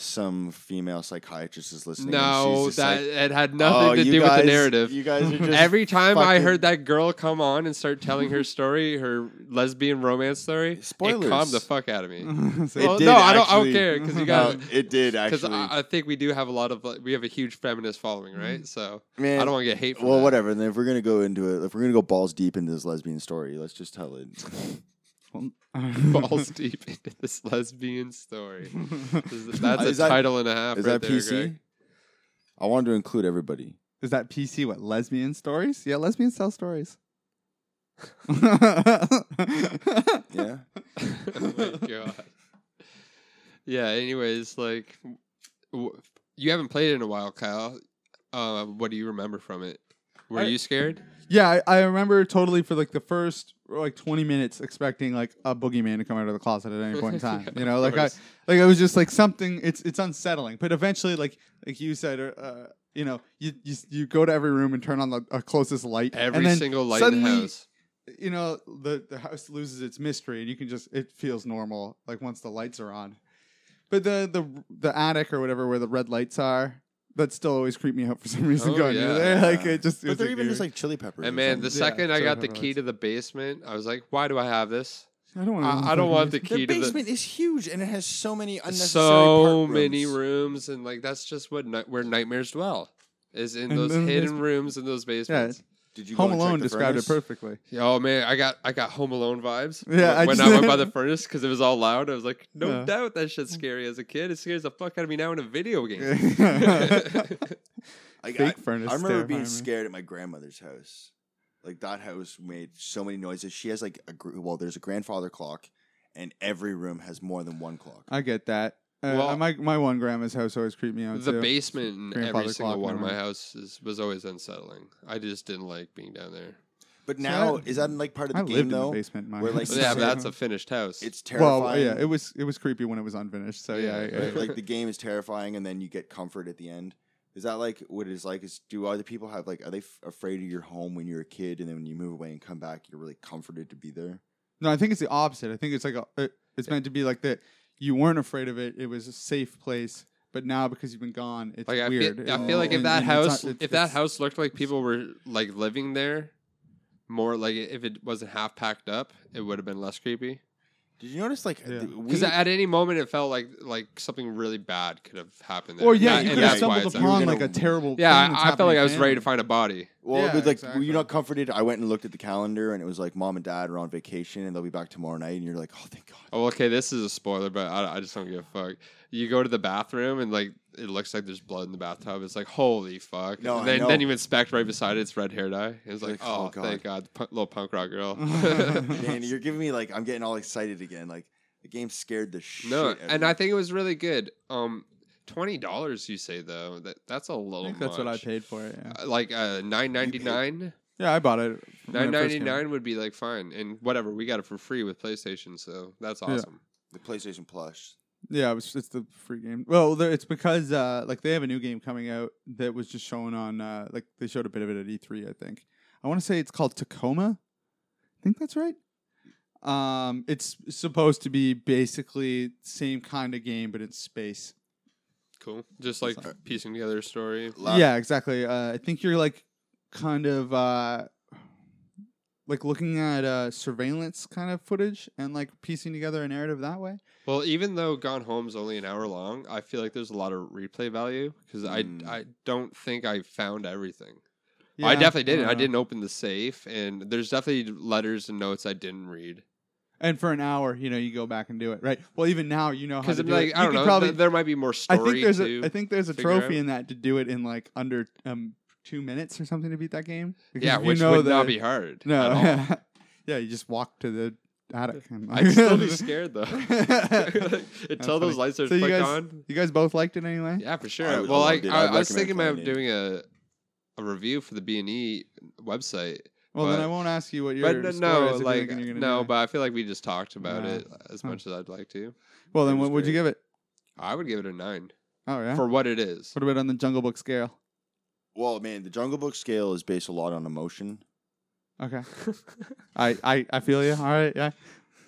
D: some female psychiatrist is listening. and
C: No,
D: she's just like,
C: that it had nothing
D: "Oh,
C: to
D: you
C: do with
D: guys-
C: the narrative.
D: You guys are just
C: Every time I
D: fucking-
C: heard that girl come on and start telling her story, her lesbian romance story, it calmed
D: Spoilers. Mm-hmm.
C: the fuck out of me.
B: So-
C: Well,
D: did
C: no, I don't. I don't
D: actually. Mm-hmm.
C: care because you
D: No,
C: got
D: it did
C: because
D: actually.
C: I, I think we do have a lot of like, we have a huge feminist following, right? So
D: Man,
C: I don't want to get hate. For
D: Well,
C: that.
D: whatever. And if we're gonna go into it, if we're gonna go balls deep into this lesbian story, let's just tell it.
C: Balls deep into this lesbian story. This is- That's
D: Is
C: a
D: that-
C: title and a half.
D: Is
C: right
D: that
C: there,
D: PC?
C: Greg.
D: I wanted to include everybody.
B: Is that PC? What lesbian stories? Yeah, lesbians tell stories. yeah,
D: Yeah.
C: oh my god. Yeah. Anyways, like w- you haven't played it in a while, Kyle. Uh, what do you remember from it? Were
B: I-
C: you scared?
B: I, I remember totally for like the first like twenty minutes expecting like a boogeyman to come out of the closet at any point in time.
C: Yeah,
B: you
C: of
B: know, like I
C: course.
B: like it was just like something. It's it's unsettling, but eventually, like like you said, uh, you know, you, you you go to every room and turn on the uh, closest light.
C: every
B: and then
C: single light
B: suddenly,
C: in the house.
B: you know the the house loses its mystery and you can just it feels normal like once the lights are on but the the the attic or whatever where the red lights are that still always creep me out for some reason
C: Oh,
B: going in
C: yeah.
B: there like it just
D: But
B: it's
D: they're even just
B: dude,
D: like chili peppers.
C: And man, the
B: something.
C: second
B: Yeah,
C: I
B: so
C: got the
B: everyone's-
C: key to the basement, I was like, "Why do I have this?
B: i don't want
C: I, I don't want the key
D: the
C: to the
D: basement is huge and it has so many unnecessary
C: so
D: part
C: many
D: rooms.
C: rooms, and like that's just what ni- where nightmares dwell is in
B: In
C: those
B: those
C: hidden
B: basement-
C: rooms in those basements.
D: Did you go
B: home
D: and check
B: alone
D: the
B: described
D: furnace?
B: it perfectly
C: Oh man, I got I got Home Alone vibes.
B: Yeah, I
C: when when I
B: just-
C: went by the furnace because it was all loud, I was like, no
B: Yeah.
C: doubt that shit's scary as a kid. It scares the fuck out of me now in a video game.
B: fake
D: Like,
B: furnace
D: I remember
B: terrifying
D: being
B: me.
D: scared at my grandmother's house. Like that house made so many noises. She has like a gr- well, there's a grandfather clock, and every room has more than one clock.
B: i get that uh,
C: Well-
B: my my one grandma's house always creeped me out
C: the
B: too.
C: basement in every
B: Grandfather
C: single
B: clock,
C: one of my
B: never
C: house is, was always unsettling. I just didn't like being down there.
D: But
B: So
D: now,
B: I-
D: is that like part of the
B: i
D: game
B: lived in
D: though?
B: the basement in my
D: where, like,
B: house.
C: But yeah, but that's a finished house.
D: It's terrifying.
B: well yeah it was it was creepy when it was unfinished so yeah,
C: Yeah,
B: I- I-
D: Right, like the game is terrifying, and then you get comfort at the end. Is that like what it is like? Is do other people have like are they f- afraid of your home when you're a kid, and then when you move away and come back, you're really comforted to be there?
B: No, I think it's the opposite. I think it's like a, it- it's meant to be like that. You weren't afraid of it. It was a safe place, but now because you've been gone, it's
C: like I feel,
B: weird.
C: I
B: and-
C: feel like if
B: and-
C: that
B: and it's
C: house,
B: not- it's-
C: if that
B: it's-
C: house looked like people were like living there, more like if it wasn't half packed up, it would have been less creepy.
D: Did you notice like
B: Yeah.
D: th- we-
C: Because at any moment, it felt like like something really bad could have happened. There.
B: or yeah,
C: And
B: you
C: that-
B: could
C: and
B: have
C: that's why
B: stumbled
C: it's
B: upon
D: unsettling.
B: like a terrible.
C: Yeah,
B: thing that's
C: I, I
B: happened
C: felt like
B: to
C: I was ready to
B: family.
C: find a body.
D: Well,
B: Yeah,
D: but like, were
B: exactly.
D: you not comforted? I went and looked at the calendar, and it was like mom and dad are on vacation, and they'll be back tomorrow night. And you're like, oh, thank God.
C: Oh, okay, this is a spoiler, but I, I just don't give a fuck. You go to the bathroom and like it looks like there's blood in the bathtub. It's like holy fuck.
D: No, I
C: and then,
D: know.
C: then you inspect right beside it, it's red hair dye. It's like,
D: Like,
C: oh,
D: oh, God.
C: thank God, the pu- little punk rock girl.
D: Man, you're giving me like I'm getting all excited again. Like the game scared the shit.
C: no,
D: out of
C: and
D: me.
C: I think it was really good. Um, twenty dollars you say though that that's a
B: I
C: little.
B: think that's what I
C: much.
B: paid for it. Yeah,
C: Uh, Like uh, nine ninety nine.
B: yeah I bought it. when
C: Nine
B: it first
C: ninety
B: came
C: nine would be like fine, and whatever we got it for free with PlayStation, so that's
B: Yeah.
C: awesome.
D: the PlayStation Plus.
B: out. Yeah, it was, it's the free game. Well, there- it's because uh, like they have a new game coming out that was just shown on uh, like they showed a bit of it at E3. I think I want to say it's called Tacoma. I think that's right. Um, it's supposed to be basically same kind of game, but it's space.
C: Cool. Just like
B: Sorry.
C: piecing together a story.
D: Lap-
B: Yeah, exactly. Uh, I think you're like kind of uh, like looking at uh, surveillance kind of footage and like piecing together a narrative that way.
C: Well, even though Gone Home's only an hour long, I feel like there's a lot of replay value because
D: Mm.
C: I I don't think I found everything. I
B: Hmm. Yeah, Uh-huh.
C: definitely didn't. I
B: don't know.
C: didn't open the safe, and there's definitely letters and notes I didn't read.
B: And for an hour, you know, you go back and do it, right? Well, even now, you know how
C: Because
B: to
C: I'm
B: do
C: like,
B: it.
C: I
B: You
C: don't
B: could
C: know.
B: probably-
C: th- there might be more
B: I
C: story
B: think there's
C: too.
B: a I think there's a
C: figure out.
B: trophy in that to do it in like under um two minutes or something to beat that game. Because
C: yeah,
B: if you
C: which
B: know
C: would
B: that,
C: not be hard.
B: no,
C: at all.
B: yeah. you just walk to the attic. And
C: I'd still be scared though. Until
B: funny.
C: those lights are
B: So you
C: flicked
B: guys-
C: on.
B: you guys both liked it anyway.
C: Yeah, for
D: I
C: sure.
D: would
C: well,
D: love
C: I,
D: it.
C: I,
D: I'd
C: I was
D: recommend
C: thinking about
D: playing it.
C: doing a a review for the B and E website,
B: Well, then
C: but-
B: I won't ask you what your
C: but no,
B: score
C: no,
B: is if you
C: like
B: think you're gonna
C: no,
B: do it.
C: but I feel like we just talked about
B: Nah.
C: it as
B: Huh.
C: much as I'd like to.
B: well,
D: it
B: then
D: was
B: what would you
D: great.
B: give it?
C: I would give it a nine
B: Oh yeah.
C: for what it is.
B: what about on the Jungle Book scale?
D: Well, man, the Jungle Book scale is based a lot on emotion,
B: Okay. I, I I feel you. All right. Yeah.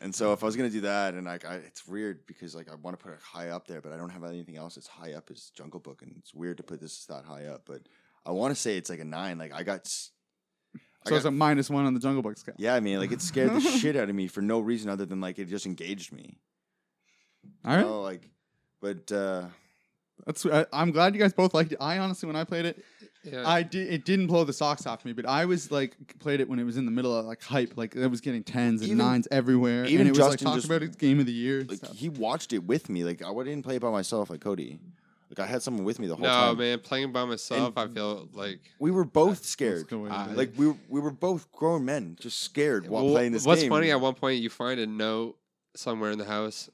D: and so if I was gonna do that, and like, I, it's weird because like I want to put it high up there, but I don't have anything else that's high up as Jungle Book, and it's weird to put this that high up. But I want to say it's like a nine. Like I got, s- I
B: So it's a
D: got-
B: minus one on the Jungle Book scale.
D: yeah, I mean, like it scared the shit out of me for no reason other than like it just engaged me.
B: All right.
D: No, like, but uh,
B: That's. I, I'm glad you guys both liked it. I honestly, when I played it,
C: Yeah.
B: I did. It didn't blow the socks off me, but I was like played it when it was in the middle of like hype. Like it was getting tens and
D: Even-
B: nines everywhere.
D: even
B: and it was like
D: Justin
B: talk
D: just-
B: about it game of the year. and
D: like
B: stuff.
D: he watched it with me. Like I didn't play it by myself, like Cody. Like I had someone with me the whole
C: no,
D: time.
C: man, playing by myself, I feel like
D: We were both
B: That's
D: scared.
B: the way to
C: I-
B: do it.
D: Like we were- we were both grown men, just scared while
C: Well,
D: playing this
C: What's
D: game.
C: funny? At one point, you find a note somewhere in the house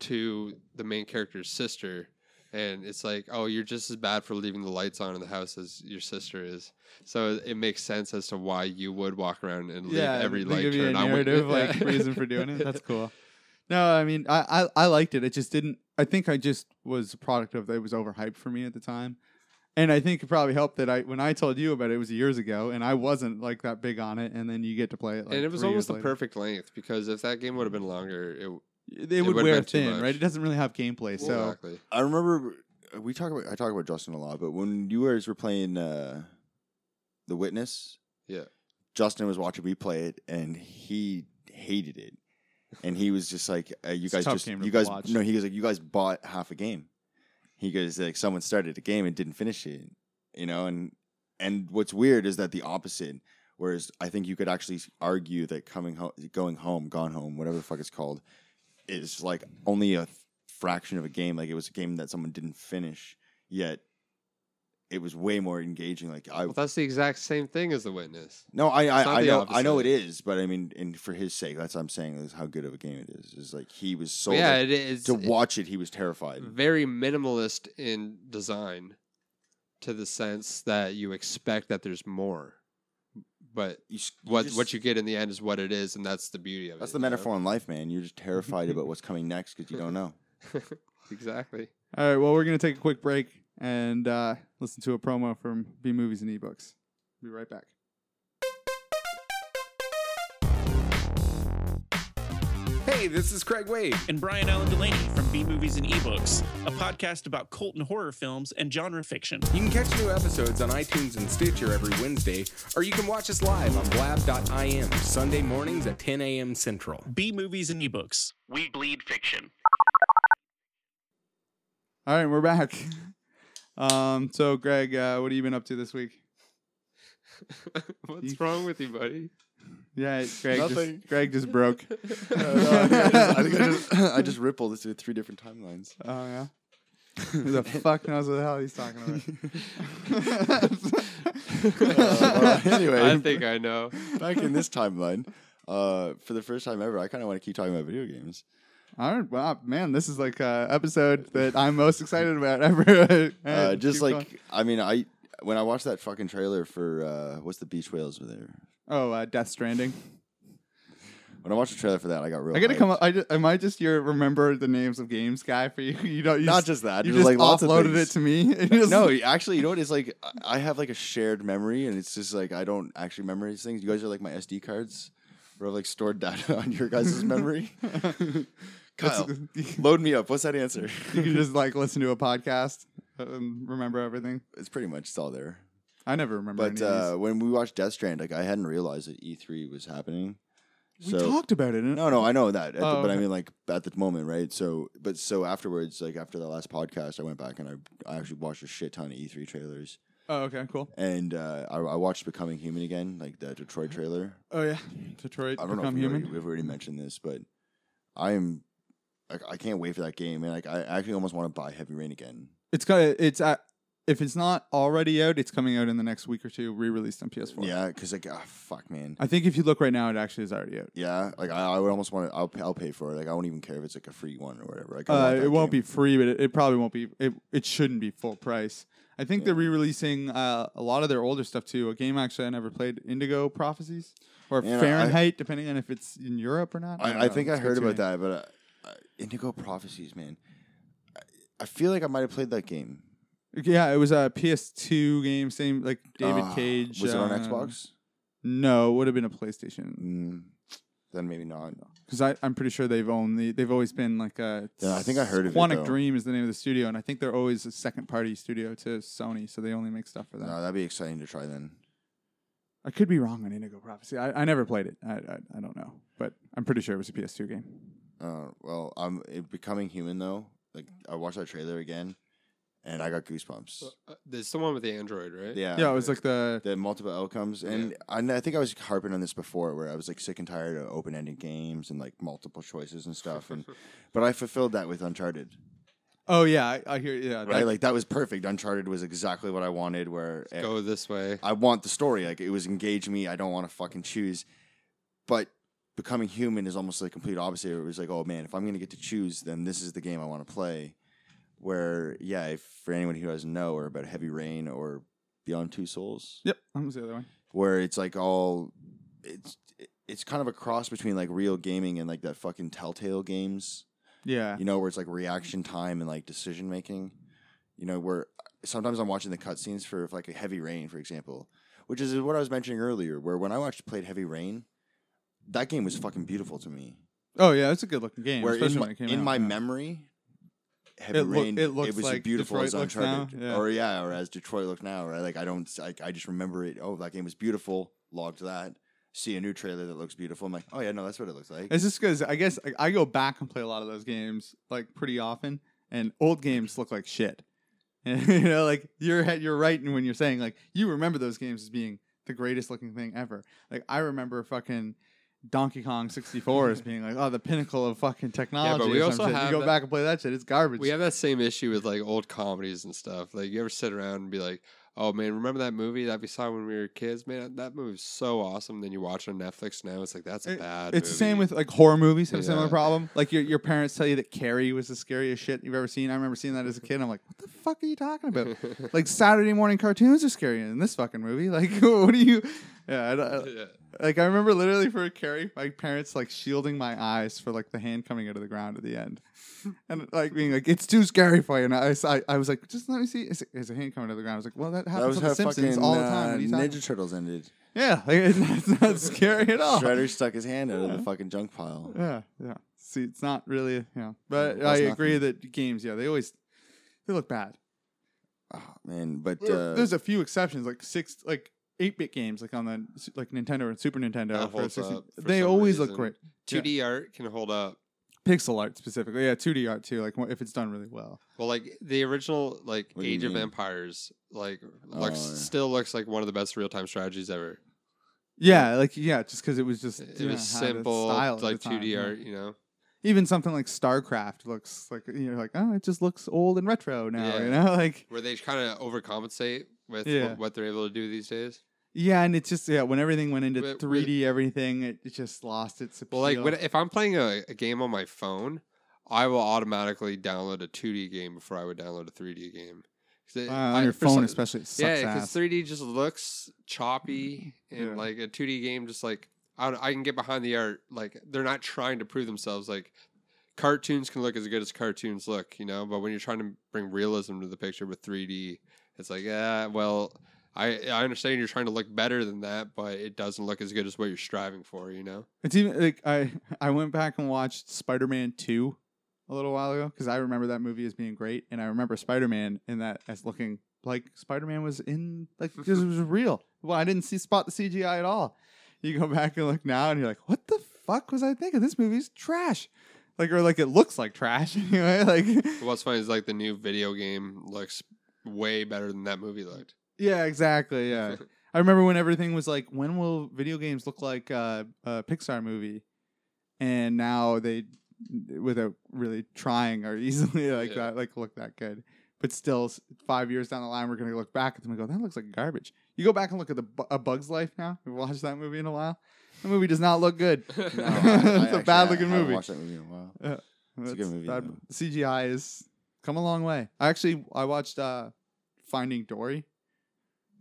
C: to the main character's sister, and it's like, "Oh, you're just as bad for leaving the lights on in the house as your sister is." So it makes sense as to why you would walk around and leave
B: yeah,
C: every
B: they
C: light
B: give you a
C: turned on.
B: narrative like reason for doing it. That's cool. No, I mean, I, I I liked it. It just didn't. I think I just was a product of it was overhyped for me at the time, and I think it probably helped that I when I told you about it, it was years ago, and I wasn't like that big on it. And then you get to play it, like,
C: and it was
B: three years
C: almost the
B: later.
C: perfect length because if that game would have been longer, it
B: They would
C: would've
B: wear
C: been too
B: thin,
C: much.
B: right? It doesn't really have gameplay, so.
C: exactly.
D: I remember uh, we talk about I talk about Justin a lot, but when you guys were playing uh, The Witness,
C: Yeah.
D: Justin was watching me play it, and he hated it, and he was just like, uh, "You
B: It's a
D: guys
B: tough
D: just
B: game to
D: you guys
B: watch.
D: no." He goes like, "You guys bought half a game." He goes like, "Someone started a game and didn't finish it," you know, and and what's weird is that the opposite. Whereas I think you could actually argue that coming home, going home, gone home, whatever the fuck it's called, is like only a fraction of a game. Like it was a game that someone didn't finish, yet it was way more engaging. Like I
C: Well, that's the exact same thing as the witness.
D: no, I
C: It's not
D: I, I
C: the
D: know I know it
C: opposite.
D: is, but I mean, and for his sake, that's what I'm saying is how good of a game it is. Is like he was
C: But
D: so
C: yeah,
D: like,
C: it is
D: to
C: it- Mm-hmm.
D: watch it, he was terrified.
C: very minimalist in design to the sense that you expect that there's more but
D: You s- you
C: what
D: just-
C: what you get in the end is what it is and that's the beauty of
D: that's
C: it
D: the
C: you know?
D: metaphor in life, man. You're just terrified about what's coming next because you don't know.
C: exactly
B: All right, well, we're going to take a quick break and uh, listen to a promo from B Movies and Ebooks. Be right back.
E: Hey, this is Craig Wade.
F: and Brian Allen Delaney from B Movies and Ebooks, a podcast about cult and horror films and genre fiction.
E: You can catch new episodes on iTunes and Stitcher every Wednesday, or you can watch us live on blab.im Sunday mornings at 10 a.m. Central.
F: B Movies and Ebooks.
G: We bleed fiction.
B: All right, we're back. Um, so, Greg, uh, what have you been up to this week?
C: what's wrong with you buddy
B: Yeah, Greg,
D: Nothing.
B: just, Greg just broke.
D: I think I just I just rippled this through three different timelines.
B: Oh, yeah? Who the fuck knows what the hell he's talking
D: Uh,
B: about?
D: well, anyway,
C: i think i know
D: back in this timeline, uh, for the first time ever, I kind of want to keep talking about video games.
B: All right, wow, man, this is like an episode that I'm most excited about ever. All
D: Uh,
B: right,
D: just
B: keep
D: like
B: going.
D: I mean, I when I watched that fucking trailer for uh, what's the beach whales were there.
B: Oh, uh, Death Stranding.
D: When I watched the trailer for that, I got real.
B: I gotta come
D: hyped.
B: up. I ju- am I just your remember the names of games guy for you? You don't. You
D: Not
B: s-
D: just that,
B: You
D: just,
B: just
D: like, lots of
B: offloaded it
D: things.
B: to me. It just-
D: No, actually, you know what? It's like I- I have like a shared memory, and it's just like I don't actually remember these things. You guys are like my SD cards, where I've like stored data on your guys' memory. Kyle, load me up. What's that answer?
B: you can just like listen to a podcast and remember everything.
D: it's pretty much it's all there.
B: I never remember.
D: But
B: any of
D: uh, when we watched Death Strand, like I hadn't realized that E3 was happening. uh,
B: these. we talked about it.
D: No, no, I know that, at the-
B: Oh,
D: but I
B: okay.
D: mean, like at the moment, right? So, but so afterwards, like after the last podcast, I went back and I, I actually watched a shit ton of E3 E trailers,
B: Oh, okay, cool.
D: and uh, I, I watched Becoming Human again, like the Detroit trailer.
B: Oh yeah, Detroit
D: I don't know if
B: become
D: we
B: human.
D: already, we've already mentioned this, but I am like I can't wait for that game, and like I actually almost want to buy Heavy Rain again.
B: It's got it's at, if it's not already out, it's coming out in the next week or two, re-released on PS4.
D: Yeah, because like ah, fuck, man.
B: I think if you look right now, it actually is already out.
D: yeah, like I, I would almost want to. I'll, pay- I'll pay for it. Like I won't even care if it's like a free one or whatever. Like, I want
B: Uh,
D: that
B: it won't
D: game.
B: be free, but it, it probably won't be. It, it shouldn't be full price. I think they're re-releasing uh, a lot of their older stuff too. A game actually I never played, Indigo Prophecies or
D: Man, I-
B: Fahrenheit, depending on if it's in Europe or not. don't
D: I, I
B: know.
D: think I
B: It's got
D: heard
B: too
D: about
B: many-
D: that, but uh, uh, Indigo Prophecies, man. I, I feel like I might have played that game.
B: Yeah, it was a PS2 game, same like David
D: Ah,
B: Cage.
D: Was it on
B: uh,
D: Xbox?
B: No, it would have been a PlayStation
D: Mm, then maybe not.
B: because I'm pretty sure they've only they've always been like a.
D: Yeah, I think I heard of it,
B: Quantic
D: though.
B: Dream is the name of the studio, and I think they're always a second party studio to Sony, so they only make stuff for that.
D: No, that'd be exciting to try then.
B: I could be wrong on Indigo Prophecy. I, I never played it. I, I I don't know, but I'm pretty sure it was a PS2 game.
D: Uh, well, I'm it, becoming human though. Like I watched that trailer again, and I got goosebumps.
C: Uh, There's the one with the Android, right?
D: Yeah,
B: yeah, it was like the
D: the multiple outcomes, and I, I think I was harping on this before, where I was like sick and tired of open-ended games and like multiple choices and stuff. And but I fulfilled that with Uncharted,
B: oh yeah, I, I hear yeah.
D: right?
B: that-
D: Like that was perfect. Uncharted was exactly what I wanted. Where eh,
C: Go this way.
D: I want the story, like it was engage me. I don't want to fucking choose, but. Becoming human is almost the complete opposite. It was like, oh man, if I'm gonna get to choose, then this is the game I want to play. where yeah, if, for anyone who doesn't know, or about Heavy Rain or Beyond Two Souls,
B: yep, that was the other one.
D: where it's like all it's it's kind of a cross between like real gaming and like that fucking Telltale games,
B: Yeah,
D: you know, where it's like reaction time and like decision making, you know, where sometimes I'm watching the cutscenes for like a Heavy Rain, for example, which is what I was mentioning earlier, where when I watched played Heavy Rain, that game was fucking beautiful to me.
B: oh yeah, it's a good looking game.
D: where in
B: especially
D: my,
B: when it came
D: in
B: out,
D: my
B: yeah.
D: memory, Heavy
B: It look-
D: Rain,
B: it
D: it,
B: looks
D: was
B: like Detroit looks now,
D: Uncharted,
B: yeah.
D: or yeah, or as Detroit looks now. Right, like I don't, I, I just remember it. Oh, that game was beautiful. Logged that. See a new trailer that looks beautiful. I'm like, oh yeah, no, that's what it looks like.
B: It's just because I guess I, I go back and play a lot of those games like pretty often, and old games look like shit. And, you know, like you're he- you're right when you're saying like you remember those games as being the greatest looking thing ever. Like I remember fucking Donkey Kong 64 as being like oh the pinnacle of fucking technology.
C: we
B: or some
C: also
B: shit.
C: have
B: you go
C: that-
B: back and play that shit. It's garbage.
C: We have that same issue with like old comedies and stuff. Like you ever sit around and be like, "Oh man, remember that movie that we saw when we were kids? Man, that movie was so awesome." Then you watch it on Netflix now, it's like that's a
B: It-
C: bad.
B: it's the same
C: movie.
B: with like horror movies have a similar
C: Yeah.
B: problem. Like your, your parents tell you that Carrie was the scariest shit you've ever seen. I remember seeing that as a kid. and I'm like, what the fuck are you talking about? like Saturday morning cartoons are scarier than this fucking movie. Like, what do you? uh, Yeah, I, don't-
C: Yeah.
B: like I remember literally for Carrie, my parents like shielding my eyes for like the hand coming out of the ground at the end, and like being like, it's too scary for you. And I, I, I was like, just let me see, is, is a hand coming out of the ground? I was like, well, that
D: that
B: happens
D: was
B: on The
D: how
B: Simpsons
D: fucking
B: all the time.
D: uh,
B: What are you talking
D: Ninja Turtles ended.
B: yeah, like, it's not, it's not scary at all.
D: Shredder stuck his hand out of
B: Yeah.
D: the fucking junk pile.
B: Yeah, yeah. See, it's not really, you know,
C: Mm,
B: but
D: Well,
B: I
D: it's
B: agree
D: nothing.
B: that games, yeah, they always they look bad.
D: Oh, man, but
B: There-
D: uh,
B: There's a few exceptions, like six, like eight bit games, like on the like Nintendo and Super Nintendo.
C: That
B: for
C: holds
B: 16
C: up for
B: they
C: some
B: always look
C: reason.
B: great.
C: 2D art can hold up.
B: Pixel art specifically, yeah, 2D art too. Like wh- if it's done really well.
C: Well, like the original, like
D: What do you
C: Age of
D: mean?
C: Empires, like looks
D: Oh, yeah.
C: still looks like one of the best real time strategies ever.
B: Yeah, like yeah, just because it was just
C: It
B: you know,
C: was
B: had its
C: simple,
B: style at the
C: like
B: time,
C: 2D
B: yeah.
C: art, you know.
B: Even something like StarCraft looks like you know, like oh, it just looks old and retro now.
C: Yeah.
B: You know, like
C: where they kind of overcompensate with
B: Yeah.
C: what, what they're able to do these days.
B: yeah, and it's just yeah, when everything went into
C: But with-
B: 3D, everything it, it just lost its appeal.
C: Well, like when, if I'm playing a, a game on my phone, I will automatically download a 2D game before I would download a 3D game. 'Cause it-
B: Uh,
C: I-
B: on your
C: for some-
B: phone, especially. It sucks
C: Yeah, because
B: ass. Mm,
C: 3D just looks choppy, and
B: Yeah.
C: like a 2D game, just like I, don't- I can get behind the art. Like they're not trying to prove themselves. Like cartoons can look as good as cartoons look, you know. But when you're trying to bring realism to the picture with 3D, it's like, yeah, well, I I understand you're trying to look better than that, but it doesn't look as good as what you're striving for, you know.
B: It's even like I I went back and watched Spider Man Two a little while ago because I remember that movie as being great, and I remember Spider Man in that as looking like Spider Man was in like because it was real. Well, I didn't see spot the CGI at all. You go back and look now, and you're like, what the fuck was I thinking? This movie's trash. Like or like it looks like trash anyway. Like
C: But what's funny is like the new video game looks way better than that movie looked.
B: Yeah, exactly. Yeah. I remember when everything was like, when will video games look like uh, a Pixar movie? And now they, without really trying, are easily like
C: Yeah.
B: that, like look that good. But still, s- five years down the line, we're gonna look back at them and go, "That looks like garbage." You go back and look at the Bu- A Bug's Life now. We've watched that movie in a while. The movie does not look good.
D: No,
B: It's
D: I- I
B: a
D: actually-
B: bad-looking
D: I haven't
B: movie.
D: watched that movie in a while. It's a good
B: That's-
D: movie,
B: that-
D: though.
B: CGI has come a long way. I actually I watched uh, Finding Dory,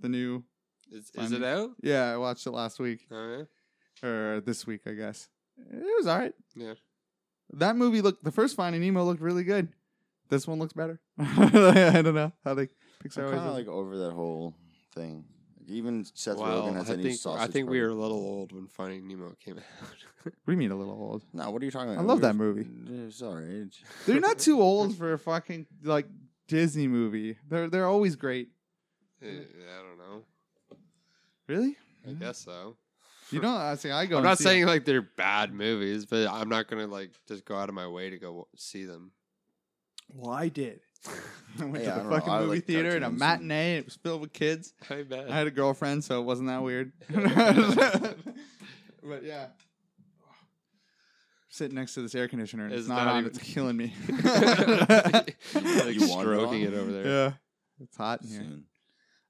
B: the new.
C: Is, is it out?
B: Yeah, I watched it last week
C: All right.
B: or this week, I guess. It was all right.
C: Yeah.
B: That movie looked the first Finding Nemo looked really good. This one looks better. I don't know how they Pixar
D: I'm
B: always
D: kind of
B: does it.
D: like over that whole thing. Even Seth
C: Well,
D: Rogen has
C: I
D: any
C: think
D: sausage.
C: I think we were
D: party.
C: a little old when Finding Nemo came out.
B: What do you mean a little old?
D: No, what are you talking about?
B: I love
D: We
B: that
D: were-
B: movie.
D: Yeah, Sorry, it's-
B: They're not too old for a fucking like Disney movie. They're they're always great.
C: Eh, I don't know.
B: Really?
C: I guess so.
B: You don't I see I go
C: I'm
B: and
C: not
B: see
C: saying
B: it.
C: like they're bad movies, but I'm not gonna like just go out of my way to go w- see them.
B: Well, I did. I went
D: Yeah, I
B: to the
D: don't know.
B: fucking
D: I
B: movie
D: like
B: theater and a
D: cartoons and-
B: matinee. It was filled with kids.
C: I bet.
B: I had a girlfriend, so it wasn't that weird. but yeah. Sitting next to this air conditioner and it's,
C: It's
B: not,
C: not
B: on,
C: even-
B: it's killing me.
C: like
D: You wanted
C: stroking
D: one?
C: it over there.
B: yeah. It's hot in here.
D: soon.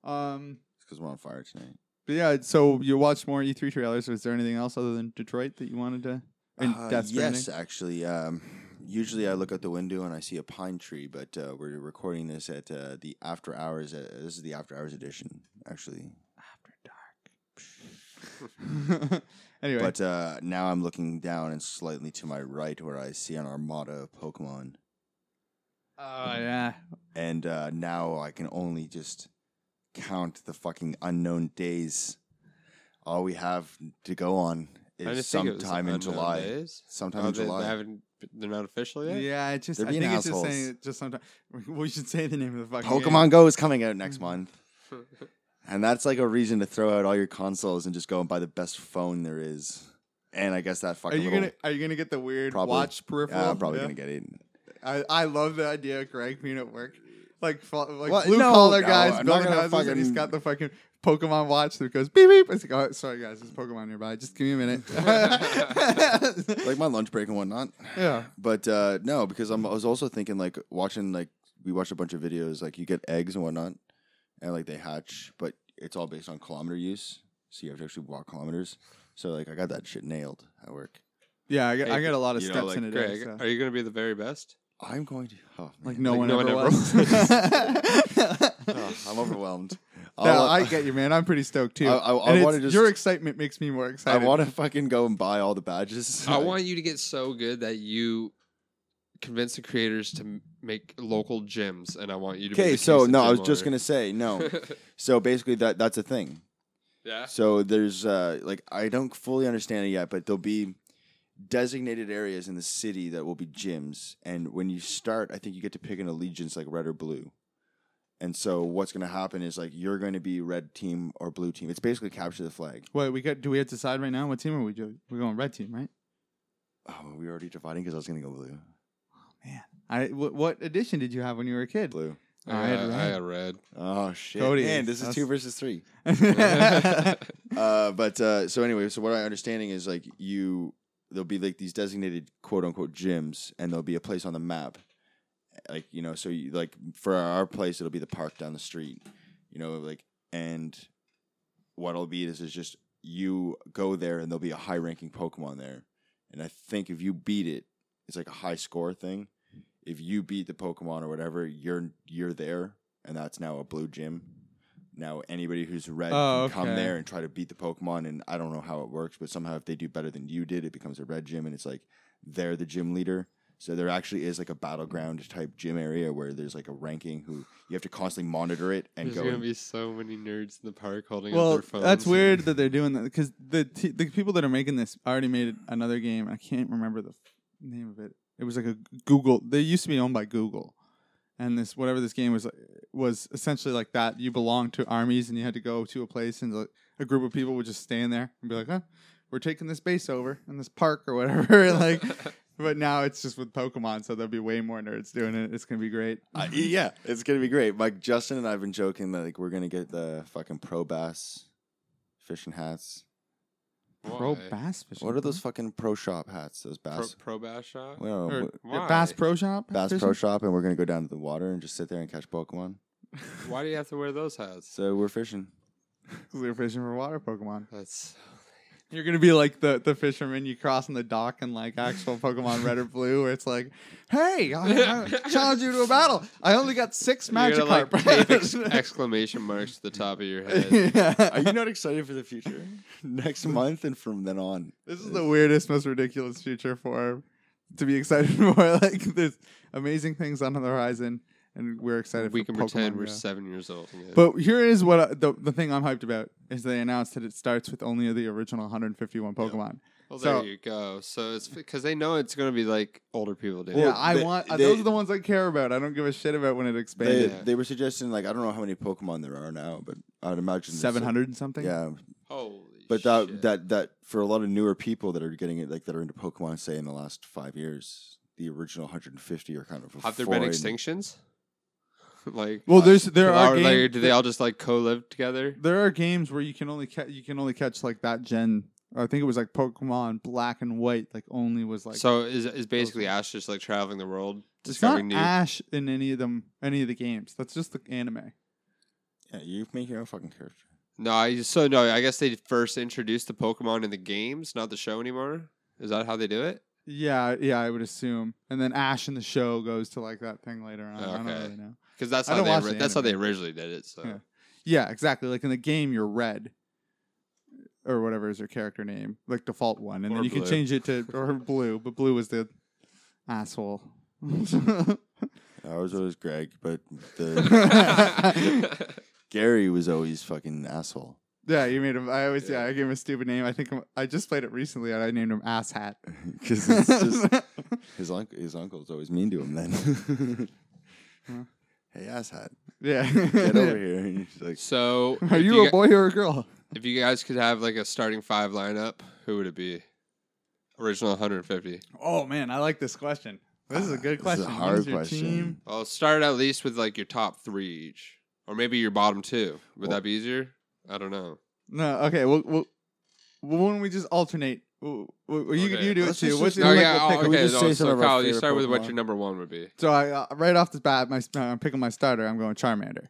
B: Um
D: It's because we're on fire tonight.
B: but yeah, so you watched more E three trailers. Was there anything else other than Detroit that you wanted to and
D: Uh,
B: Death Stranding?
D: yes, actually. Um, usually I look out the window and I see a pine tree, but uh, we're recording this at uh, the after hours. Uh, this is the after hours edition, actually.
B: anyway.
D: But uh, now I'm looking down and slightly to my right where I see an armada of Pokemon.
B: oh
C: Uh,
B: yeah.
D: and uh, now I can only just count the fucking unknown days. All we have to go on
C: I
D: is
C: just think it was
D: sometime in
C: unknown
D: July.
C: days.
D: Sometime
C: Oh,
D: in
C: they,
D: July.
C: They haven't. They're not official yet.
B: Yeah, it just
D: They're
B: I
D: being
B: think it's just saying
D: assholes.
B: it just sometimes we should say the name of the fucking game.
D: Pokemon Go is coming out
B: Mm-hmm.
D: next month, and that's like a reason to throw out all your consoles and just go and buy the best phone there is. And I guess that
B: Are
D: fucking
B: you
D: little,
B: gonna Are you gonna get the weird
D: Probably.
B: watch peripheral?
D: Yeah, I'm probably
B: Yeah.
D: gonna get it.
B: I I love the idea of Greg being at work, like fo- like
D: Well,
B: blue
D: no,
B: collar
D: no,
B: guys
D: I'm not
B: building
D: gonna
B: houses, and he's
D: fucking-
B: got the fucking Pokemon watch that goes beep beep. It's like, oh, sorry guys, there's Pokemon nearby. Just give me a minute.
D: Like my lunch break and whatnot.
B: yeah,
D: But uh, no, because I'm, I was also thinking like watching like we watched a bunch of videos like you get eggs and whatnot, and like they hatch, but it's all based on kilometer use, so you have to actually walk kilometers. So like I got that shit nailed at work.
B: yeah. I get, I
C: Hey,
B: get a lot of
C: You know,
B: steps
C: like,
B: in a day.
C: Greg,
B: so-
C: are you gonna be the very best?
D: I'm going to. Oh,
B: Like
D: man.
B: no
C: like,
B: one
C: no
B: ever
C: one ever
B: was.
D: Oh, I'm overwhelmed.
B: No,
D: I'll- uh,
B: I get you, man. I'm pretty stoked too.
D: Oh, I- I- I
B: And it's-
D: wanna just-
B: your excitement makes me more
D: I
B: excited.
D: want to fucking go and buy all the badges.
C: I want you to get so good that you convince the creators to m- make local gyms, and I want you to. be
D: Okay,
C: the
D: so
C: Kingston
D: no, I
C: gym
D: was just
C: owner.
D: gonna say no. so basically, that that's a thing.
C: yeah.
D: So there's uh like I don't fully understand it yet, but there'll be designated areas in the city that will be gyms, and when you start, I think you get to pick an allegiance like red or blue. And so what's going to happen is like you're going to be red team or blue team. It's basically capture the flag.
B: Wait, we got? Do we have to decide right now? What team are we doing? We're going red team, right?
D: Oh, we were already dividing because I was going to go blue.
B: I wh- what edition did you have when you were a kid?
D: Blue.
C: I
B: I had
C: got- Uh, I
B: red.
C: got red.
D: Oh shit!
B: Cody,
D: Man, this is
B: that's-
D: two versus three.
B: yeah,
D: uh, but uh, so anyway, so what I'm understanding is like you, there'll be like these designated quote unquote gyms, and there'll be a place on the map, like you know, so you like for our place, it'll be the park down the street, you know, like and what'll be is is just you go there and there'll be a high ranking Pokemon there, and I think if you beat it, it's like a high score thing. If you beat the Pokemon or whatever, you're you're there, and that's now a blue gym. Now anybody who's red
B: Oh,
D: can come
B: okay.
D: there and try to beat the Pokemon, and I don't know how it works, but somehow if they do better than you did, it becomes a red gym, and it's like they're the gym leader. So there actually is like a battleground type gym area where there's like a ranking who you have to constantly monitor it and
C: There's
D: go.
C: gonna
D: and-
C: be so many nerds in the park holding up
B: well,
C: their phones.
B: that's weird that they're doing that because the t- the people that are making this already made another game. I can't remember the f- name of it. It was like a Google. They used to be owned by Google, and this whatever this game was like, was essentially like that. You belonged to armies, and you had to go to a place, and like, a group of people would just stand there and be like, "Huh, we're taking this base over in this park or whatever," and like But now it's just with Pokemon, so there'll be way more nerds doing it. It's gonna be great.
D: I- Uh, yeah, it's gonna be great. Like Justin and I've been joking that like we're gonna get the fucking pro bass fishing hats.
B: Pro
C: Why?
B: bass fishing.
D: What are those fucking pro shop hats? Those
C: Pro,
D: bass.
C: pro bass shot?
D: well,
C: Or
D: w-
B: Yeah,
C: why?
B: Bass Pro Shop.
D: bass
B: fishing?
D: pro shop, and we're gonna go down to the water and just sit there and catch Pokemon.
C: Why do you have to wear those hats?
D: So we're fishing.
B: They're fishing for water Pokemon.
C: That's
B: You're gonna be like the the fisherman you cross on the dock and like actual Pokemon Red or Blue, where it's like, hey, I, I challenge you to a battle. I only got six
C: You're gonna,
B: Magikarp.
C: like, tape ex- exclamation marks to the top of your head.
D: Are you not excited for the future? Next month and from then on.
B: This is the weirdest, most ridiculous future for to be excited for. Like, there's amazing things on the horizon, and we're excited.
C: we
B: for
C: can
B: Pokemon
C: pretend we're
B: Go.
C: seven years old. Again.
B: But here is what I, the the thing I'm hyped about is they announced that it starts with only the original 151 Pokemon.
C: well,
B: so-
C: there you go. So it's because they know it's going to be like older people doing
B: yeah,
C: it.
D: Well,
B: I
D: they-
B: want uh,
D: they-
B: those are the ones I care about. I don't give a shit about when it
D: They,
B: expanded.
C: Yeah.
D: they were suggesting like I don't know how many Pokemon there are now, but I'd imagine there's, like-
B: 700 and something.
D: Yeah,
C: Holy
D: but that
C: shit.
D: that that for a lot of newer people that are getting it, like that are into Pokemon, say in the last five years, the original 150 are kind of a
C: have there been
D: foreign-
C: extinctions? like,
B: Well, there's there are
C: or,
B: games,
C: like, do they all just like co-live together?
B: there are games where you can only catch you can only catch like that gen. I think it was like Pokemon Black and White. Like only was like
C: so is is basically Ash just like traveling the world,
B: It's not
C: discovering new?
B: Ash in any of them, any of the games. That's just the anime.
D: Yeah, you make your own fucking character.
C: No, I so no. I guess they first introduced the Pokemon in the games, not the show anymore. Is that how they do it?
B: Yeah, yeah, I would assume. And then Ash in the show goes to like that thing later on. I don't
C: Oh, Okay.
B: really know.
C: Because that's
B: I
C: how
B: don't
C: they
B: watch
C: ori-
B: the
C: that's how they
B: anime.
C: originally did it. So
B: Yeah. Yeah, exactly. Like in the game, you're red. Or whatever is your character name, like default one, and
C: Or
B: then you
C: blue.
B: can change it to or blue, but blue was the asshole.
D: Ours was Greg, but the Gary was always fucking asshole.
B: yeah, you made him. I always yeah, I gave him a stupid name. I think I'm- I just played it recently, and I named him Ass Hat.
D: Because it's just his uncle. His uncle's always mean to him. Then, hey asshat,
B: yeah.
D: get over here. And he's like,
C: so
B: Are
C: if
B: you
C: gu-
B: a boy or a girl?
C: If you guys could have like a starting five lineup, who would it be? Original 150.
B: Oh man, I like this question. This is a good
D: "This
B: question.
D: is a
B: Who's
D: hard
B: your
D: question."
B: team?
C: Well, start at least with like your top three each, or maybe your bottom two. Would
D: Well-
C: that be easier? I don't know.
B: No, okay. Well, well, well why don't we just alternate? Well, well, you
C: Okay.
B: you do it
D: Let's
B: too.
D: just-
B: What's
D: just-
B: your
C: oh,
B: like,
C: yeah.
B: we'll pick
C: oh,
D: we
C: okay.
D: just
C: so-
D: say some
C: so,
D: of our
C: Kyle, you
D: favorite
C: start with what
D: Pokemon.
C: your number one would be.
B: So I uh, right off the bat, my uh, I'm picking my starter. I'm going Charmander.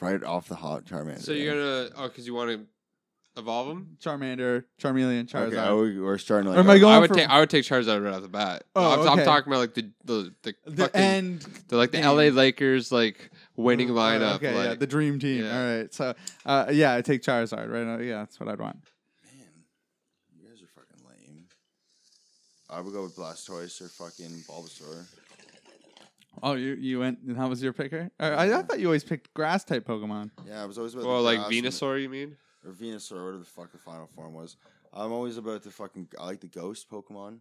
D: right off the hot Charmander.
C: So you're gonna oh, because you want to evolve them.
B: Charmander, Charmeleon, Charizard.
D: Okay, oh, we- we're starting like.
B: Or am I
D: a-
B: going
C: I would
B: for
C: take I would take Charizard right off the bat.
B: Oh,
C: I'm, I'm
B: okay.
C: talking about like the the the,
B: the
C: fucking,
B: end
C: the like the
B: game.
C: LA Lakers like winning
B: Oh,
C: lineup.
B: Okay,
C: like,
B: yeah, the dream team.
C: yeah.
B: All right, so uh, yeah, I take Charizard. Right? now. Yeah, that's what I'd want.
D: Man, you guys are fucking lame. I would go with Blastoise or fucking Bulbasaur.
B: Oh, you you went and that was your picker? Uh, I, I thought you always picked grass type Pokemon.
D: Yeah, I was always about.
C: well,
D: the
C: like
D: grass and the-
C: Venusaur, you mean?
D: or Venusaur, whatever the fuck the final form was. I'm always about the fucking. I like the ghost Pokemon.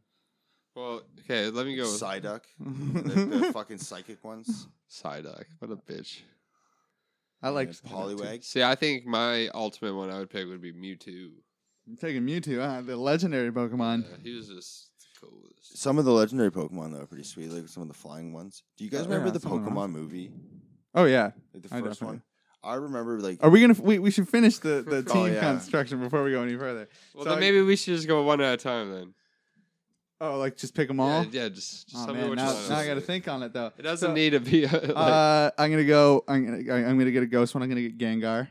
C: Well, okay. Let me go. With
D: Psyduck, the, the fucking psychic ones.
C: Psyduck. What a bitch.
B: I like
D: And Poliwag.
C: See, I think my ultimate one I would pick would be Mewtwo.
B: I'm taking Mewtwo, huh? the legendary Pokemon.
C: Yeah, he was just the coolest.
D: Some of the legendary Pokemon though are pretty sweet, like some of the flying ones. Do you guys
B: Yeah,
D: remember the
B: some of them.
D: Pokemon movie?
B: Oh yeah.
D: Like the
B: I
D: first
B: definitely-
D: one? I remember like
B: Are we gonna? We, we should finish the the
D: Oh,
B: team
D: yeah.
B: construction before we go any further.
C: Well,
B: So
C: then
B: I-
C: maybe we should just go one at a time then.
B: Oh, like just pick them all.
C: Yeah, yeah just, just
B: Oh,
C: tell me
B: man,
C: which
B: now,
C: one.
B: now I gotta think on it though.
C: It doesn't
B: So,
C: need to be. A, like,
B: Uh, I'm gonna go. I'm gonna. I- I'm gonna get a ghost one. I'm gonna get Gengar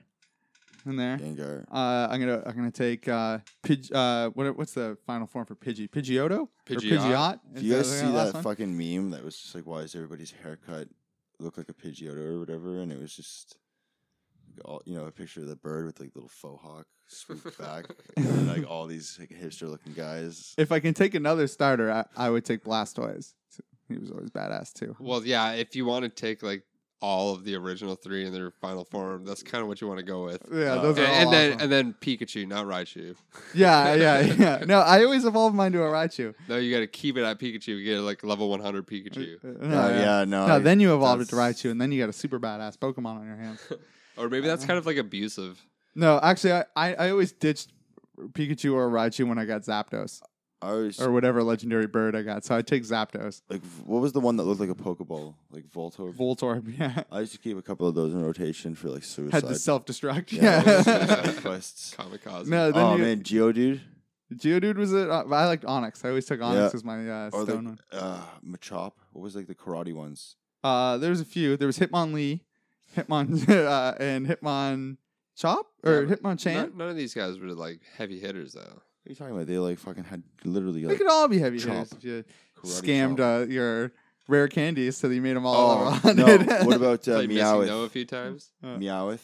B: in there.
D: Gengar.
B: Uh, I'm gonna. I'm gonna take. Uh, Pidge, uh, what, what's the final form for Pidgey? Pidgeotto. Or
C: Pidgeot.
B: Pidgeot.
D: Do
B: Is
D: you guys
B: the
D: see
B: last
D: that
B: one?
D: fucking meme that was just like, why is everybody's haircut look like a Pidgeotto or whatever? And it was just all you know, a picture of the bird with like little faux hawk swooped back, and then, like all these like, hipster looking guys.
B: If I can take another starter, I, I would take Blastoise. He was always badass too.
C: well, yeah. If you want to take like all of the original three in their final form, that's kind of what you want to go with.
B: Yeah,
D: Oh.
B: those
C: And,
B: are all
C: and then
B: awesome.
C: and then Pikachu, not Raichu.
B: yeah, yeah, yeah. No, I always evolve mine to a Raichu.
C: No, you got to keep it at Pikachu. You get like level 100 Pikachu,
B: Uh,
D: Oh yeah, no.
B: No,
D: I-
B: then you evolved it to
D: that's-
B: Raichu, and then you got a super badass Pokemon on your hands.
C: or maybe
B: uh,
C: that's kind of like abusive.
B: no, actually, I, I, I always ditched Pikachu or Raichu when I got Zapdos.
D: I was
B: or whatever legendary bird I got. So I take Zapdos,
D: like, v- what was the one that looked like a Pokeball? Like Voltorb.
B: Voltorb. Yeah,
D: I used to keep a couple of those in rotation for like suicide.
B: had to self destruct.
D: Yeah,
B: Yeah.
D: those suicide quests.
C: Kamikaze.
B: no, then
D: oh
B: you,
D: man, Geodude
B: Geodude was it. Uh, I liked Onyx. I always took Onyx
D: Yeah.
B: as my uh,
D: or
B: stone
D: like
B: one.
D: uh, Machop. What was like the karate ones?
B: Uh, there was a few. There was Hitmonlee, Hitmon, uh, and Hitmon Chop or
C: Yeah,
B: Hitmon Chan.
C: None, none of these guys were like heavy hitters though.
D: What are you talking about? They like fucking had literally
B: They
D: like
B: could all be heavy
D: Chop.
B: hitters if you
D: karate
B: scammed
D: chop.
B: uh, your rare candies so that you made them all
D: Oh
B: around.
D: no! what about uh,
C: Played Missing No a
D: Meowth?
C: few times.
D: Meowth.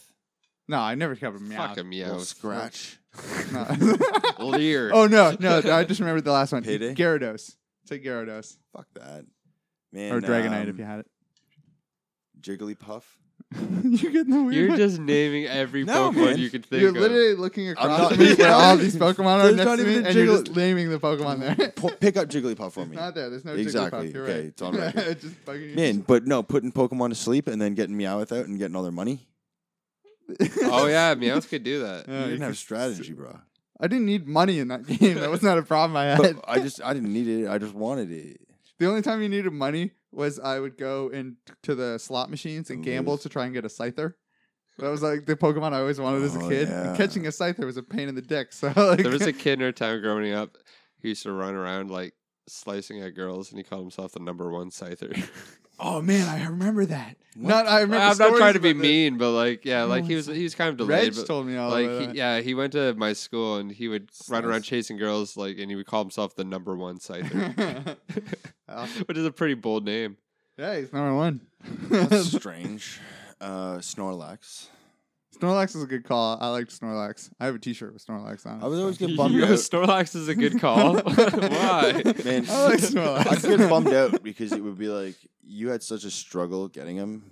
B: no, I never covered meow.
C: Fuck a
D: Little
C: Meowth.
D: Scratch.
B: No.
C: Old ear.
B: oh no, no! I just remembered the last one.
D: Payday?
B: Gyarados. Take Gyarados
D: Fuck that. Man.
B: or Dragonite if
D: um,
B: you had it.
D: Jigglypuff.
B: You're getting the weird.
C: You're
B: one.
C: just naming every
D: No,
C: Pokemon
D: man.
C: you could think
B: You're
C: of.
B: literally looking across
D: not-
B: at me where
D: Yeah.
B: all these Pokemon are
D: There's
B: next
D: not
B: to me,
D: even a
B: and you're
D: jiggle-
B: just naming the Pokemon there.
D: Pu- pick up Jigglypuff for
B: It's
D: me.
B: not there. There's no
D: Exactly.
B: Jigglypuff. You're
D: Okay,
B: right.
D: it's on record.
B: just bugging you.
D: Man, but no, putting Pokemon to sleep and then getting Meowth out and getting all their money.
C: oh yeah, Meowth could do that.
B: Yeah,
D: You
B: you
D: didn't have
B: could-
D: strategy, bro.
B: I didn't need money in that game. That was not a problem I had.
D: But uh, I just, I didn't need it. I just wanted it.
B: the only time you needed money was I would go in t- to the slot machines and
D: Ooh.
B: gamble to try and get a Scyther. That was like the Pokemon I always wanted as a
D: Oh,
B: kid.
D: yeah.
B: And catching a Scyther was a pain in the dick. So like,
C: There was a kid in our town growing up who used to run around like slicing at girls, and he called himself the number one scyther.
B: oh man, I remember that.
D: What?
B: Not I remember.
C: I'm not
B: stories
C: trying to be
B: about this.
C: mean, but like, yeah,
B: Number
C: like
B: one
C: he was he was kind of
B: Reg
C: delayed, but
B: told me all
C: like,
B: about
C: he,
B: that.
C: yeah, he went to my school and he would run around
D: Nice.
C: chasing girls, like, and he would call himself the number one scyther,
B: Awesome.
C: which is a pretty bold name.
B: yeah, he's number one.
D: That's strange. Uh, Snorlax.
B: Snorlax is a good call. I liked Snorlax. I have a T-shirt with Snorlax on. it.
D: I would always get bummed out.
C: Snorlax is a good call. Why?
D: Man,
B: I like Snorlax.
D: I'd get bummed out because it would be like you had such a struggle getting him,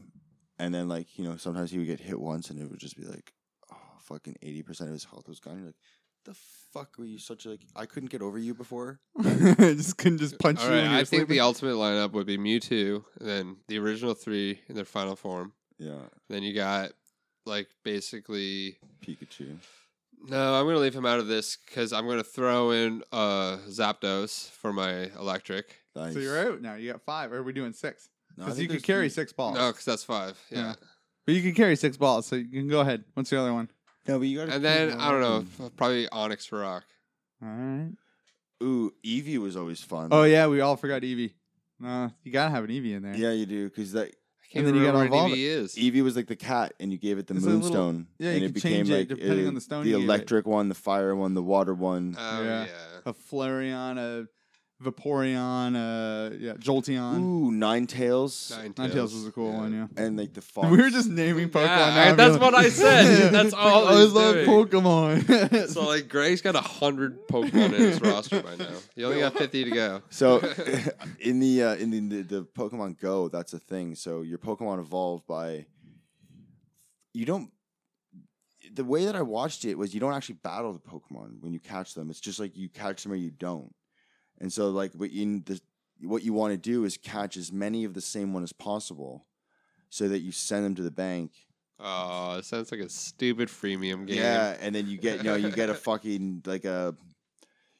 D: and then like you know sometimes he would get hit once, and it would just be like, oh, fucking eighty percent of his health was gone. You're like, the fuck were you such a like? I couldn't get over you before.
B: just couldn't just punch
C: All
B: you.
C: right,
B: when you
C: I
B: were
C: think the
B: sleeping.
C: ultimate lineup would be Mewtwo, and then the original three in their final form.
D: Yeah,
C: Then you got like basically
D: Pikachu.
C: no. I'm gonna leave him out of this because I'm gonna throw in uh Zapdos for my electric.
D: Nice.
B: so you're out now. You got five. Or are we doing six?
D: No, I
B: Because
D: think
B: you could
D: there's E
B: carry
D: three.
B: six balls.
C: No, because that's five. Yeah.
B: Yeah. But you can carry six balls, so you can go ahead. What's the other one?
D: No, but you got.
C: And then I don't know, f- probably Onyx Rock.
B: All right.
D: Ooh, Eevee was always fun.
B: Oh yeah, we all forgot Eevee. No, you gotta have an Eevee in there.
D: yeah, you do because
C: I
D: that
B: And
C: can't
B: then you
C: remember
B: gotta
C: what
B: evolve
C: an EV is.
D: Eevee was like the cat, and you gave it the
B: It's a little-
D: moonstone.
B: yeah, you
D: and
B: could change it depending on the stone
D: uh, The
B: you gave it.
D: electric one, the fire one, the water one.
C: Oh
B: Yeah.
C: yeah.
B: A Flareon, a Vaporeon, a yeah, Jolteon.
D: Ooh, nine tails.
C: Nine
B: Ninetales was a cool
C: yeah.
B: one. Yeah.
D: and like the fox.
B: We were just naming Pokemon.
C: Yeah,
B: now
C: I-
B: I'm
C: that's
B: reali-
C: what I said. That's all
B: I
C: I was
B: love
C: doing.
B: Pokemon.
C: So like Greg's got a hundred Pokemon in his roster by now. You only got fifty to go.
D: so in the uh, in the, the the Pokemon Go, that's a thing. So your Pokemon evolve by you don't. The way that I watched it was you don't actually battle the Pokemon when you catch them. It's just like you catch them or you don't. And so like but in the what you want to do is catch as many of the same one as possible, so that you send them to the bank.
C: Oh, it sounds like a stupid freemium game.
D: Yeah, and then you get you know you get a fucking like a.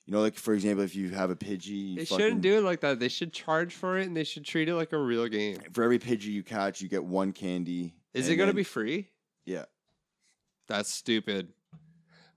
D: You know, like for example, if you have a Pidgey, you
C: They
D: fucking-
C: shouldn't do it like that. They should charge for it and they should treat it like a real game.
D: for every Pidgey you catch, you get one candy.
C: Is it
D: and
C: going to
D: then-
C: be free?
D: Yeah.
C: That's stupid.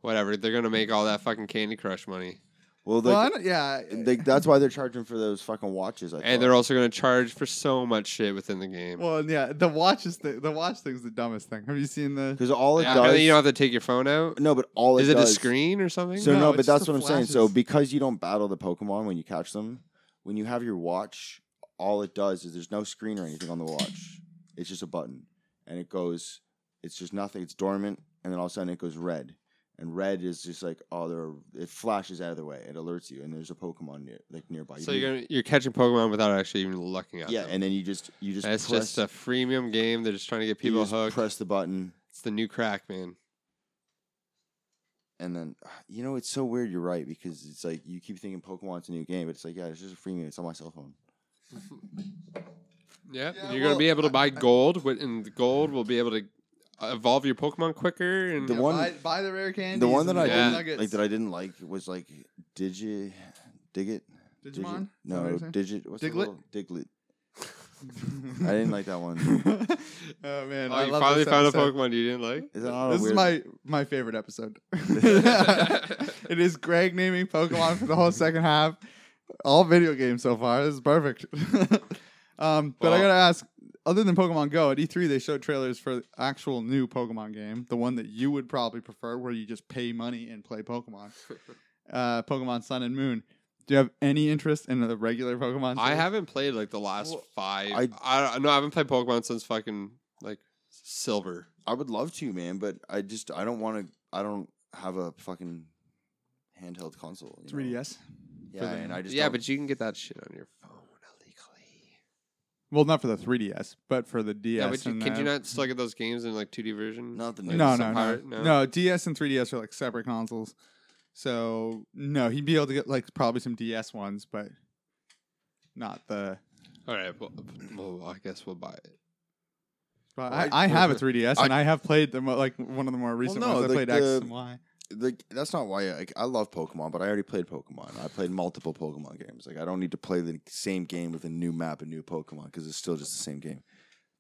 C: Whatever. They're going to make all that fucking Candy Crush money.
D: Well,
B: Well, I
D: like,
B: don't- yeah.
D: they, that's why they're charging for those fucking watches. I
C: And
D: thought.
C: they're also going to charge for so much shit within the game.
B: Well, yeah, the watch is the, the watch thing's the dumbest thing. Have you seen the?
D: because all it
C: Yeah, and
D: does.
C: then you don't have to take your phone out.
D: no, but all
C: Is
D: it
C: it a
D: does,
C: screen or something?
D: So
B: No,
D: no,
B: it's
D: but
B: just
D: that's
B: the
D: what I'm saying. So
B: flashes.
D: because you don't battle the Pokemon when you catch them, when you have your watch, all it does is there's no screen or anything on the watch. It's just a button, and it goes. It's just nothing. It's dormant, and then all of a sudden it goes red, and red is just like oh, there. It flashes out of the way. It alerts you, and there's a Pokemon near, like nearby.
C: So
D: You
C: you're gonna, you're catching Pokemon without actually even looking at
D: yeah,
C: them.
D: and then you just you just
C: That's
D: press,
C: just a freemium game. They're just trying to get
D: you
C: people
D: just
C: hooked.
D: Press the button,
C: It's the new crack, man.
D: and then you know it's so weird. You're right because it's like you keep thinking Pokemon's a new game, but it's like yeah, it's just a free game. It's on my cell phone.
C: Yeah,
B: Yeah,
C: you're
B: well,
C: gonna be able to
B: I-
C: buy gold, wi- and the gold will be able to evolve your Pokemon quicker. And
D: The
B: Yeah,
D: one-
B: buy, buy the rare candy.
D: the one that I
C: Yeah.
D: didn't like that I didn't like was like Digi Digit.
B: Digimon? Is that what
D: No,
B: you're saying?
D: Digit. What's the
B: Diglet?
D: little- Diglet. I didn't like that one.
B: oh man!
C: Oh,
B: I
C: you
B: love
C: finally
B: this
C: found a
B: episode.
C: Pokemon you didn't like?
D: Is that not a
B: This is
D: weird-
B: my my favorite episode. it is Greg naming Pokemon for the whole second half. All video games so far. This is perfect. um, but I
C: Well-
B: gotta ask. Other than Pokemon Go, at E3 they showed trailers for the actual new Pokemon game, the one that you would probably prefer, where you just pay money and play Pokemon. uh, Pokemon Sun and Moon. Do you have any interest in the regular Pokemon?
C: I
B: series?
C: haven't played like the last
D: Well,
C: five. I,
D: I-
C: don't know. I haven't played Pokemon since fucking like silver.
D: I would love to, man, but I just I don't want to. I don't have a fucking handheld console. you know?
B: 3DS.
D: Yeah,
B: the-
D: and I just
C: yeah,
D: don't-
C: but you can get that shit on your phone illegally.
B: Well, not for the 3DS, but for the DS.
C: yeah, but you,
B: and
C: can
B: the-
C: you not still get those games in like 2D version?
D: not the
C: Like,
B: no, no,
C: some
B: no,
C: pirate-
B: no.
C: no.
B: DS and 3DS are like separate consoles. So no, he'd be able to get like probably some DS ones, but not the.
C: All right. Well, well, I guess we'll buy it.
B: But
D: Well,
B: I,
D: I-
B: I have a 3DS, and I have played the mo- like one of the more recent
D: no,
B: ones. I
D: like
B: played X
D: the-
B: and Y.
D: like that's not why I, like, I love Pokemon, but I already played Pokemon. I played multiple Pokemon games. Like I don't need to play the same game with a new map and new Pokemon because it's still just the same game.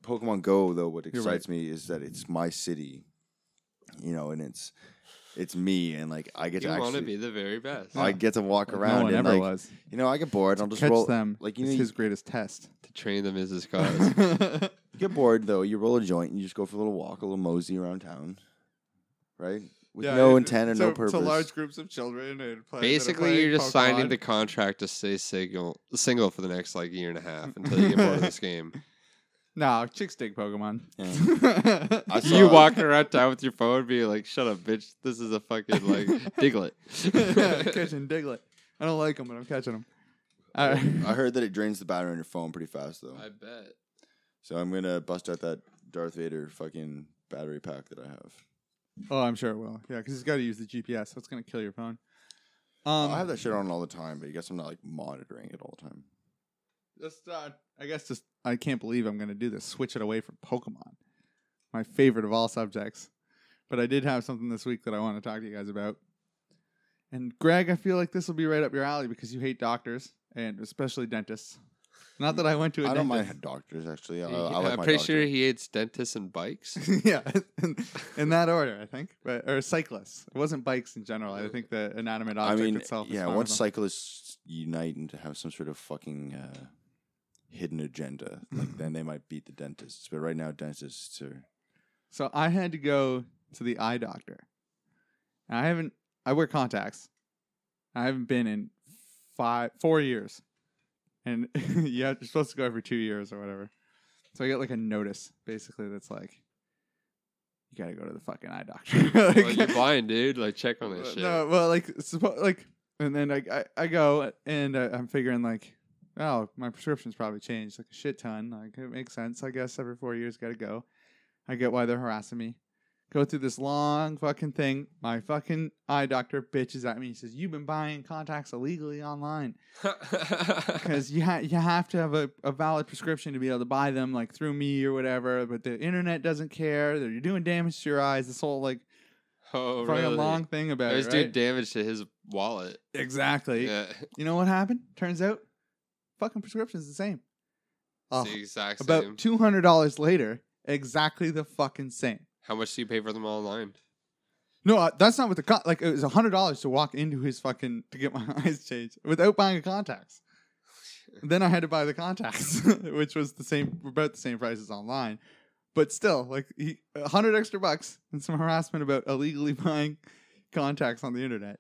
D: Pokemon Go though, what
B: You're right.
D: excites me is that it's my city, you know, and it's it's me and like I get
C: You
D: to
C: want to
D: actually
C: be the very best.
D: I get to walk
B: Like,
D: around
B: no one
D: and
B: ever
D: like
B: was.
D: you know I get bored. I'll just
B: Catch
D: roll
B: them.
D: like you
B: it's
D: know
B: his greatest test.
C: to train them as his cause.
D: you get bored though. You roll a joint and you just go for a little walk, a little mosey around town, right? With no intent and no purpose.
B: To large groups of children and play, Oh,
C: Basically, you're just signing the contract to stay single, single for the next like year and a half until you get bored of this game.
B: No, chicks dig Pokemon.
D: I saw,
C: You walking around town with your phone, being like, "Shut up, bitch! This is a fucking like Diglett."
B: catching Diglett. I don't like him, but I'm catching him. All right.
D: I heard that it drains the battery on your phone pretty fast though.
C: bet.
D: So I'm gonna bust out that Darth Vader fucking battery pack that I have.
B: Oh, I'm sure it will. Yeah, because it's got to use the GPS, so it's gonna kill your phone. Um,
D: I have that shit on all the time, but I guess I'm not like monitoring it all the time.
B: Just, uh, I guess just I can't believe I'm gonna do this. Switch it away from Pokemon, my favorite of all subjects. But I did have something this week that I want to talk to you guys about. And Greg, I feel like this will be right up your alley because you hate doctors and especially dentists. Not that I went to a
D: I don't
B: dentist.
D: mind doctors actually. Oh, I, I
C: I,
D: like
C: am
D: my
C: pretty
D: doctor.
C: sure he hates dentists and bikes.
B: yeah, in, in that order, I think, but or cyclists. It wasn't bikes in general. I think the inanimate
D: I
B: object
D: mean,
B: itself. is
D: yeah.
B: fine
D: Once
B: with them.
D: cyclists unite and to have some sort of fucking uh, hidden agenda, like then they might beat the dentists. But right now, dentists are
B: so I had to go to the eye doctor. And I haven't. I wear contacts. I haven't been in five, four years, and yeah, you're supposed to go every two years or whatever. So I get like a notice basically that's like, you gotta go to the fucking eye doctor.
C: well,
B: Like-
C: you're blind, dude. Like, check on this
B: Uh,
C: shit.
B: No, well, like, suppo- like, and then I, I, I go and uh, I'm figuring like, oh, my prescription's probably changed like a shit ton. Like, it makes sense, I guess. Every four years, got to go. I get why they're harassing me. Go through this long fucking thing. My fucking eye doctor bitches at me. He says, "You've been buying contacts illegally online because you ha- you have to have a, a valid prescription to be able to buy them, like through me or whatever. But the internet doesn't care. That you're doing damage to your eyes. This whole like
C: oh,
B: fucking
C: really?
B: long thing about
C: I
B: it.
C: was
B: Right?
C: doing damage to his wallet.
B: Exactly.
C: Yeah,
B: You know what happened? Turns out, fucking prescription's the same. Oh,
C: it's the exact same.
B: about two hundred dollars later, exactly the fucking same.
C: How much do you pay for them online?
B: No, uh, that's not what the con- like. It was hundred dollars to walk into his fucking to get my eyes changed without buying the contacts. then I had to buy the contacts, which was the same, about the same prices online. But still, like he, a hundred extra bucks and some harassment about illegally buying contacts on the internet.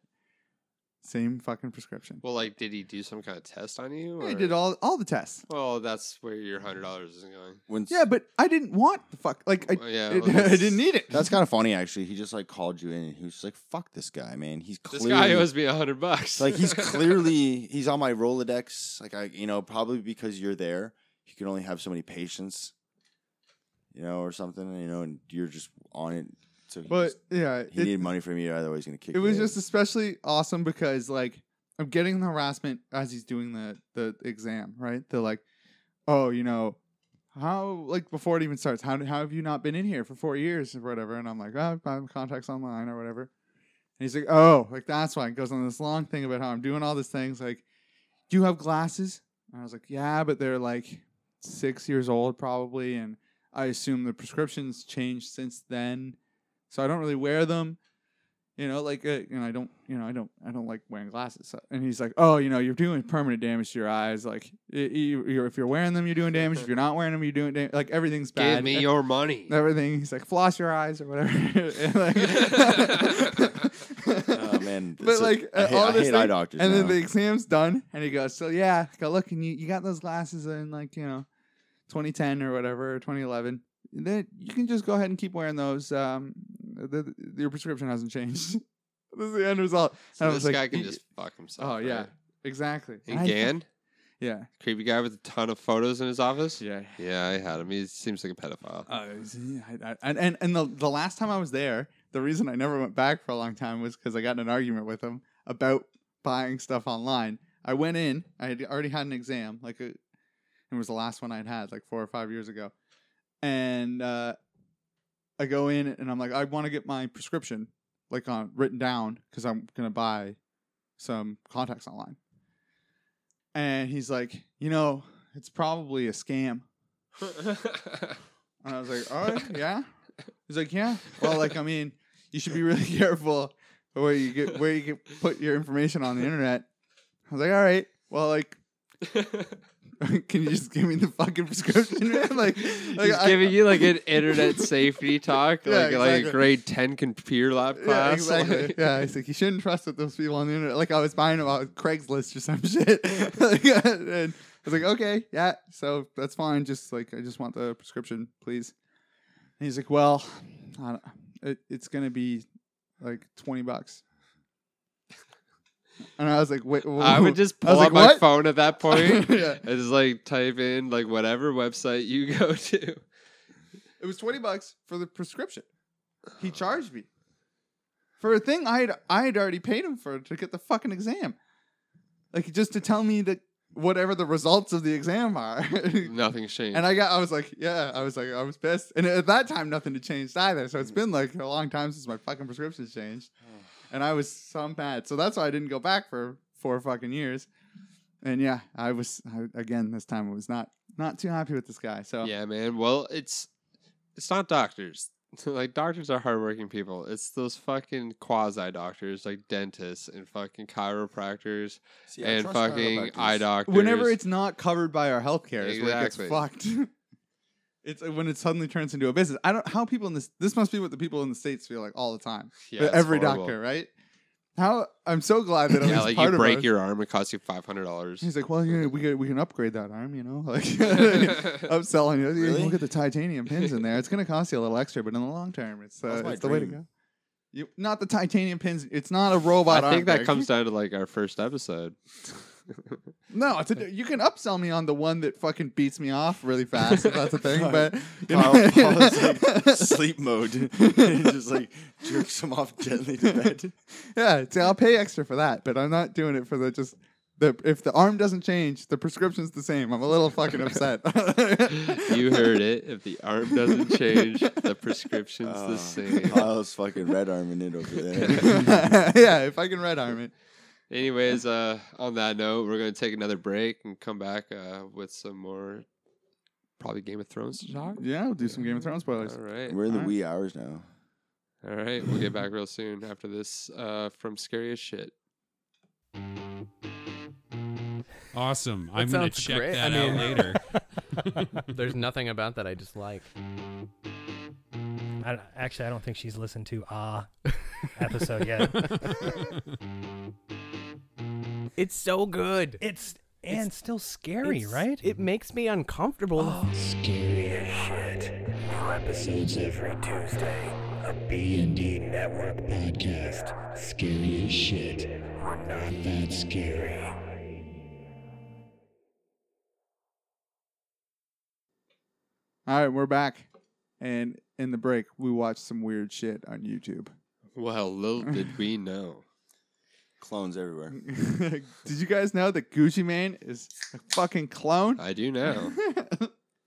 B: Same fucking prescription.
C: Well, like, did he do some kind of test on you?
B: I
C: or-
B: did all all the tests.
C: Well, that's where your hundred dollars is going.
D: when
B: Yeah, but I didn't want the fuck. Like Mm. I,
C: Well, yeah,
B: it-
C: well,
B: I
C: that's-
B: didn't need it.
D: That's kind of funny, actually. He just like called you in, and he was just like, "Fuck this guy, man. He's
C: This
D: clearly
C: guy owes me a hundred bucks.
D: like he's clearly he's on my Rolodex. Like I, you know, probably because you're there, you can only have so many patients, you know, or something, you know, and you're just on it. So he,
B: but
D: just-
B: yeah,
D: he
B: it,
D: needed money from you, otherwise he's gonna kick.
B: it
D: you
B: was
D: out.
B: just especially awesome because like I'm getting the harassment as he's doing the the exam, right? They're like, oh, you know, how like before it even starts, how how have you not been in here for four years or whatever? And I'm like, oh, I'm buying contacts online or whatever. And he's like, oh, like that's why it goes on this long thing about how I'm doing all these things, like Do you have glasses? And I was like, Yeah, but they're like six years old probably. And I assume the prescriptions changed since then. So I don't really wear them. You know, like uh, you know, I don't, you know, I don't, I don't like wearing glasses. So- And he's like, "Oh, you know, you're doing permanent damage to your eyes. Like, i- i- you're, if you're wearing them, you're doing damage. If you're not wearing them, you're doing damage. Like everything's bad.
C: Give me your money.
B: everything. He's like, floss your eyes or whatever. And, like-
D: Oh man,
B: but
D: so-
B: like
D: I
B: uh,
D: hate,
B: all
D: I
B: this
D: hate
B: thing-
D: eye doctors.
B: and then
D: now.
B: the exam's done, and he goes, "So yeah, go look, and you, you got those glasses in like you know, 2010 or whatever, or 2011. Then you can just go ahead and keep wearing those. Um, the, the- your prescription hasn't changed. this is the end result.
C: So
B: I was
C: this
B: like,
C: guy can
B: "Y-
C: just fuck himself.
B: Oh yeah,
C: right?
B: exactly. I-
C: And Gan,
B: Yeah.
C: creepy guy with a ton of photos in his office.
B: Yeah.
C: Yeah, I had him. He seems like a pedophile.
B: Oh, it was- yeah, I, I, and and and the the last time I was there, the reason I never went back for a long time was because I got in an argument with him about buying stuff online. I went in, I had already had an exam, like a, it was the last one I'd had, like four or five years ago, and uh, I go in and I'm like, I want to get my prescription like on written down because I'm gonna buy some contacts online, and he's like, you know, it's probably a scam. Uh, And I was like, all right, yeah. He's like, yeah. Well, like, I mean, you should be really careful where you get where you get put your information on the internet. I was like, all right. Well, like, can you just give me the fucking prescription, man? Like, like
C: He's
B: I-
C: giving you like an internet safety talk,
B: Yeah,
C: like like a
B: exactly.
C: grade ten computer lab
B: yeah,
C: class.
B: exactly.
C: like-
B: yeah, he's like, you shouldn't trust that those people on the internet. Like, I was buying them on Craigslist or some shit. Like, and I was like, okay, yeah, so that's fine. Just like, I just want the prescription, please. And he's like, well, I don't, it, it's gonna be like twenty bucks. And I was like, wait,
C: I would just pull
B: was
C: out
B: like,
C: my
B: "What?"
C: phone at that point
B: Yeah.
C: and just like type in like whatever website you go to.
B: It was twenty bucks for the prescription. He charged me for a thing I had I had already paid him for to get the fucking exam, like just to tell me that whatever the results of the exam are.
C: Nothing's changed.
B: and I got I was like, yeah, I was like, I was pissed. And at that time, nothing had changed either. So it's been like a long time since my fucking prescription's changed, and I was so mad. So that's why I didn't go back for four fucking years. And yeah, I was I, again this time I was not not too happy with this guy. So
C: yeah, man. Well, it's it's not doctors. like doctors are hardworking people. It's those fucking quasi doctors, like dentists and fucking chiropractors
D: See, I
C: and
D: trust chiropractors.
C: fucking eye doctors.
B: whenever it's not covered by our healthcare is where it gets
C: Exactly.
B: fucked. it's uh, when it suddenly turns into a business. I don't how people in this this must be what the people in the states feel like all the time.
C: Yeah, it's
B: every
C: horrible.
B: doctor, right? How I'm so glad that at
C: yeah,
B: least
C: like
B: part
C: you
B: of
C: break
B: ours-
C: your arm, it costs you five hundred dollars.
B: He's like, well, you know, we could, we can upgrade that arm, you know, like upselling you. You
D: Really?
B: can look at the titanium pins in there. It's going to cost you a little extra, but in the long term, it's uh,
D: That's my
B: it's the way to
D: dream.
B: go. You, not the titanium pins. It's not a robot.
C: I
B: arm
C: think that
B: pick.
C: comes down to like our first episode.
B: No, it's a, you can upsell me on the one that fucking beats me off really fast. If that's a thing, but
D: Paul, Paul is like sleep mode, and just like jerks him off gently to bed.
B: yeah, see, I'll pay extra for that, but I'm not doing it for the just the if the arm doesn't change, the prescription's the same. I'm a little fucking upset.
C: you heard it. If the arm doesn't change, the prescription's
D: Oh,
C: the same.
D: Kyle's fucking red arming it over there.
B: yeah, if I can red arm it.
C: Anyways, uh, on that note, we're gonna take another break and come back uh, with some more, probably Game of Thrones to talk.
B: Yeah, we'll do some Game of Thrones spoilers.
C: All right,
D: We're in the
B: Alright.
D: wee hours now.
C: all right. We'll get back real soon after this uh, from Scary as Shit.
G: Awesome. I'm gonna
H: sounds
G: check
H: great.
G: that
H: I mean-
G: out later.
H: There's nothing about that I dislike.
I: I, actually, I don't think she's listened to Ah episode yet.
H: It's so good.
I: It's and still scary,
H: It's-
I: right? Oh,
H: It makes me uncomfortable.
E: Oh,
A: Scary as shit. New episodes every Tuesday. A
E: E
A: B&D Network podcast. Scary as shit. We're not that scary.
B: All right, we're back, and in the break, we watched some weird shit on YouTube.
C: Well, little did we know.
D: Clones everywhere.
B: Did you guys know that Gucci Mane is a fucking clone?
C: I do know.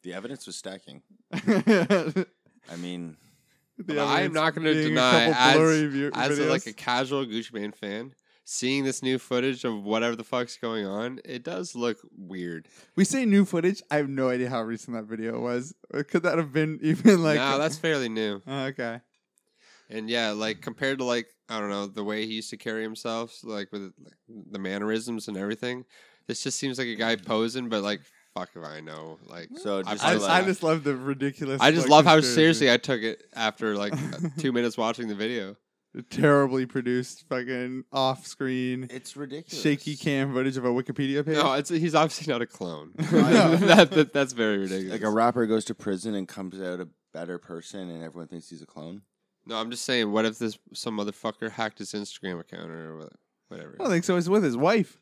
D: The evidence was stacking.
B: The
D: I mean,
C: But I am
B: evidence
C: not going to
B: being a
C: deny,
B: couple blurry
C: as,
B: view-
C: as a, like
B: videos.
C: a casual Gucci Mane fan, seeing this new footage of whatever the fuck's going on, it does look weird.
B: We say new footage. I have no idea how recent that video was. Uh, Could that have been even like?
C: no, that's fairly new.
B: Oh, okay.
C: And yeah, like compared to like I don't know the way he used to carry himself, like with like, the mannerisms and everything, this just seems like a guy posing. But like, fuck if I know. Like,
D: So
C: I've
D: just
B: I,
D: to,
C: seen
B: I
D: like-
C: that.
B: just love the ridiculous.
C: I just
B: like,
C: love how
B: conspiracy.
C: seriously I took it after like uh, two minutes watching the video.
B: terribly produced, fucking off-screen,
D: It's ridiculous.
B: shaky cam footage of a Wikipedia page.
C: No, it's, he's obviously not a clone.
B: No.
C: that, that, that's very ridiculous.
D: Like a rapper goes to prison and comes out a better person, and everyone thinks he's a clone.
C: no, I'm just saying, what if this some motherfucker hacked his Instagram account or wha- whatever?
B: I don't think so. He's with his wife,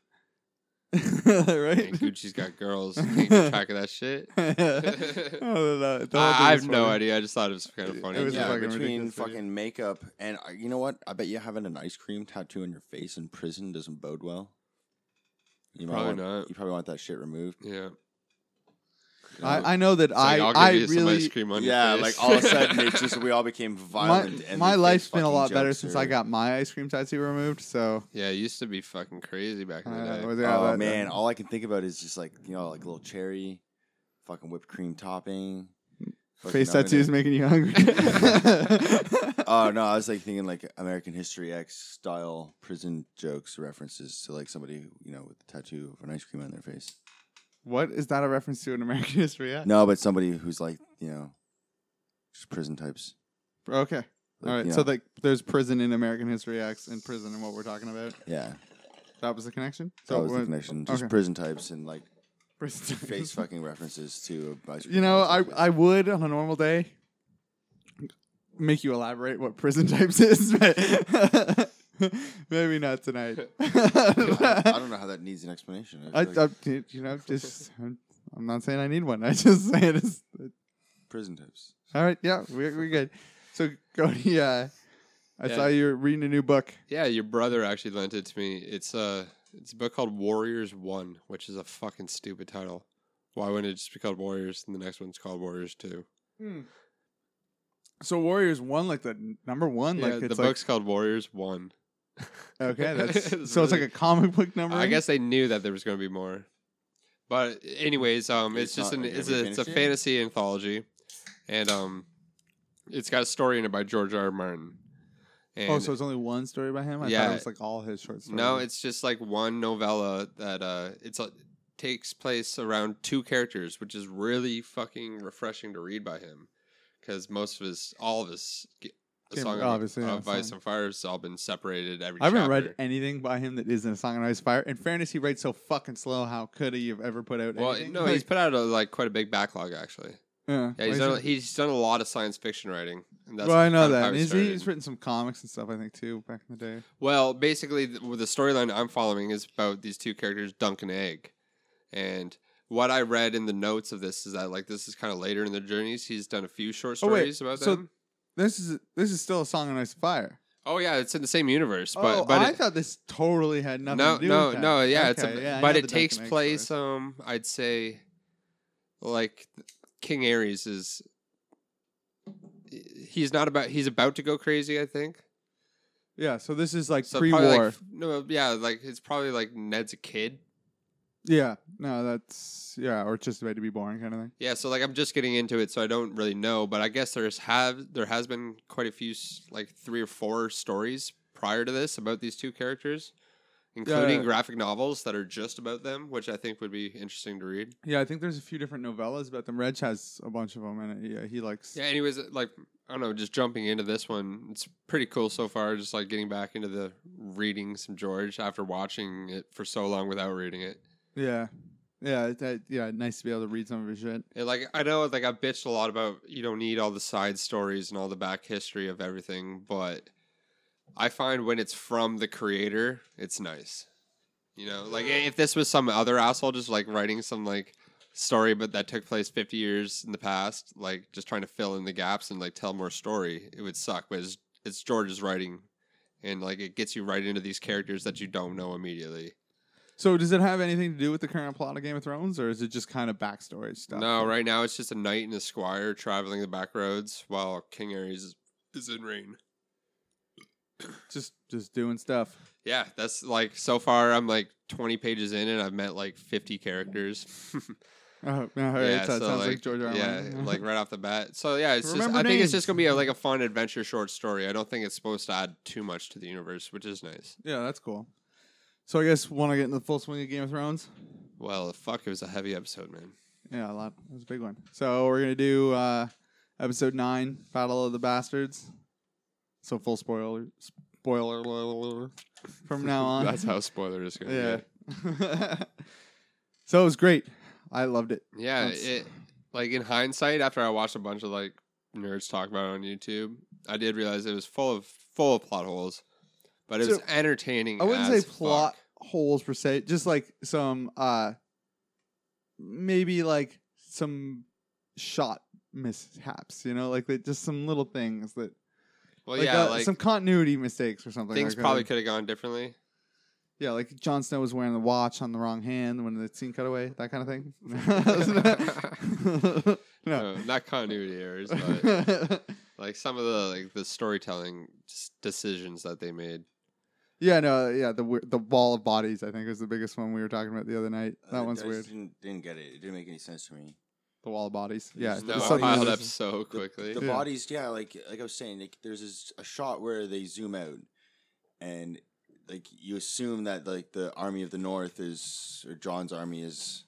B: right?
C: and Gucci's got girls. Can't keep track of that shit.
B: I don't know. Oh, The whole thing
C: I, I
B: is
C: have no
B: funny.
C: idea. I just thought it was kind of funny.
B: It was
D: yeah,
B: fucking
D: between
B: ridiculous video.
D: fucking makeup and uh, you know what? I bet you having an ice cream tattoo on your face in prison doesn't bode well. You might
C: Probably
D: want,
C: not.
D: You probably want that shit removed.
C: yeah.
D: you know?
B: I, I know that
C: It's
B: I
C: like,
B: I
C: I'll give you some
B: really
C: ice cream on
D: yeah,
C: your face.
D: like all of a sudden, it's just we all became
B: my,
D: violent. and
B: my
D: we
B: life's
D: faced
B: been a
D: fucking
B: lot better
D: jokes
B: since
D: or-
B: I got my ice cream tattoo removed. So
C: yeah, it used to be fucking crazy back in the
B: uh,
C: day.
B: was- yeah,
D: Oh
B: that-
D: man, all I can think about is just like you know, like little cherry, fucking whipped cream topping. fucking
B: face
D: onion.
B: tattoos making you hungry.
D: Oh no, I was like thinking like American History X style prison jokes references to like somebody you know with a tattoo of an ice cream on their face.
B: what is that a reference to in American history? Yeah.
D: No, but somebody who's like you know, just prison types.
B: Okay.
D: Like,
B: All right.
D: you
B: So
D: know,
B: like, there's prison in American History X and prison in what we're talking about.
D: yeah,
B: That was the connection.
D: that was the
B: we're-
D: connection. Just
B: okay.
D: prison types and like
B: prison
D: face fucking references to ice cream.
B: You know, I
D: on their face.
B: I would on a normal day make you elaborate what prison types is, but maybe not tonight.
D: I, I don't know how that needs an explanation.
B: I,
D: It's
B: I,
D: like
B: you know, just I'm, I'm not saying I need one. I just say it is.
D: prison types.
B: All right, yeah, we're, we're good. So Cody, uh, I
C: Yeah.
B: saw you're reading a new book.
C: yeah, your brother actually lent it to me. It's uh, it's a book called Warriors One, which is a fucking stupid title. Why wouldn't it just be called Warriors and the next one's called Warriors Two?
B: So Warriors one, like the n- number one,
C: Yeah,
B: like
C: the
B: it's like
C: book's called Warriors One.
B: okay, that's
C: It's
B: so it's like
C: really-
B: a comic book number.
C: I guess they knew that there was going to be more. But anyways, um, it's,
D: It's
C: just an
D: not- have
C: it's
D: you
C: a, it's a
D: finished it?
C: fantasy anthology, and um, it's got a story in it by George R. R. Martin. And
B: Oh, so it's only one story by him. I thought
C: Yeah.
B: it was like all his short stories.
C: no, it's just like one novella that uh, it's a, takes place around two characters, which is really fucking refreshing to read by him, because most of his, all of his, g- a
B: Came-
C: song
B: obviously,
C: of,
B: yeah,
C: of Ice
B: song.
C: and Fire has all been separated every.
B: I haven't
C: chapter.
B: read anything by him that isn't a song on Ice Fire. In fairness, he writes so fucking slow. How could he have ever put out?
C: Well,
B: anything?
C: no, he's put out a, like quite a big backlog actually.
B: yeah, Why
C: Yeah, he's
B: is
C: done,
B: it-
C: he's done a lot of science fiction writing. And that's
B: well, I know
C: kind of how
B: that.
C: it
B: He's,
C: started.
B: he's written some comics and stuff, I think, too, back in the day.
C: well, basically, the, the storyline I'm following is about these two characters, Dunk and Egg. And what I read in the notes of this is that, like, this is kind of later in their journeys. He's done a few short
B: Oh, wait,
C: stories about
B: so-
C: them.
B: This is this is still a song on Ice Fire.
C: Oh, yeah, it's in the same universe. But,
B: oh,
C: but
B: I
C: it-
B: thought this totally had nothing
C: no,
B: to do
C: no,
B: with that.
C: no, yeah, it's
B: Okay,
C: a,
B: yeah, I
C: but
B: know
C: it
B: the
C: takes
B: Duncan Egg
C: place.
B: story.
C: Um, I'd say, like King Ares is. He's not about. He's about to go crazy. I think.
B: yeah, so this is like
C: So
B: pre-war.
C: probably like f- no, yeah, like it's probably like Ned's a kid.
B: yeah, no, that's yeah, or just about to be born kind of thing.
C: Yeah, so like I'm just getting into it, so I don't really know, but I guess there's have there has been quite a few s- like three or four stories prior to this about these two characters, including
B: yeah.
C: graphic novels that are just about them, which I think would be interesting to read.
B: Yeah, I think there's a few different novellas about them. Reg has a bunch of them, and uh, yeah, he likes.
C: Yeah. Anyways, uh, like I don't know, just jumping into this one, it's pretty cool so far. Just like getting back into the reading some George after watching it for so long without reading it.
B: Yeah. Yeah, it- that, yeah, nice to be able to read some of his shit.
C: And like I know, like I bitched a lot about you don't need all the side stories and all the back history of everything, but I find when it's from the creator, it's nice. You know, like i- if this was some other asshole just like writing some like story, but that took place fifty years in the past, like just trying to fill in the gaps and like tell more story, it would suck. But it's, it's George's writing, and like it gets you right into these characters that you don't know immediately.
B: So, does it have anything to do with the current plot of Game of Thrones, or is it just kind of backstory stuff?
C: No, right now it's just a knight and a squire traveling the back roads while King Ares is in rain.
B: Just, just doing stuff.
C: yeah, that's like so far I'm like 20 pages in and I've met like 50 characters.
B: Oh, no, all right,
C: yeah,
B: so it sounds like, George R. R.
C: yeah,
B: Martin.
C: like right off the bat. So yeah, it's just,
B: Remember
C: I think
B: names.
C: it's just gonna be a, like a fun adventure short story. I don't think it's supposed to add too much to the universe, which is nice.
B: yeah, that's cool. So I guess want to get in the full swing of Game of Thrones.
C: Well, fuck, it was a heavy episode, man.
B: Yeah, a lot. That was a big one. So we're gonna do uh, episode nine, Battle of the Bastards. So full spoiler, spoiler alert from now on.
C: That's how spoiler is going.
B: yeah.
C: Yeah,
B: so it was great. I loved it.
C: yeah.
B: That's-
C: It like in hindsight, after I watched a bunch of like nerds talk about it on YouTube, I did realize it was full of full of plot holes, but it
B: So,
C: was entertaining.
B: I wouldn't say
C: as
B: plot
C: fuck.
B: holes per se, just like some uh maybe like some shot mishaps, you know, like they, just some little things that
C: Well,
B: like,
C: yeah,
B: uh,
C: like
B: some continuity mistakes or something.
C: things
B: like,
C: probably
B: uh,
C: could have gone differently.
B: yeah, like Jon Snow was wearing the watch on the wrong hand when the scene cut away, that kind of thing.
C: No.
B: no.
C: Uh, not continuity errors, Um, but like some of the like the storytelling s- decisions that they made.
B: yeah, no, yeah, the weir- the wall of bodies I think was the biggest one we were talking about the other night. That
D: Uh,
B: one's
D: I just
B: weird.
D: Didn't, didn't get it. It didn't make any sense to me.
B: The wall of bodies. Yeah,
D: Just
C: No,
B: the
D: the
C: it
B: sudden-
C: piled
D: bodies.
C: up so
D: The-
C: quickly.
D: The,
B: Yeah.
D: bodies, yeah, like like I was saying, like there's this, a shot where they zoom out, and like you assume that like the army of the north is or John's army is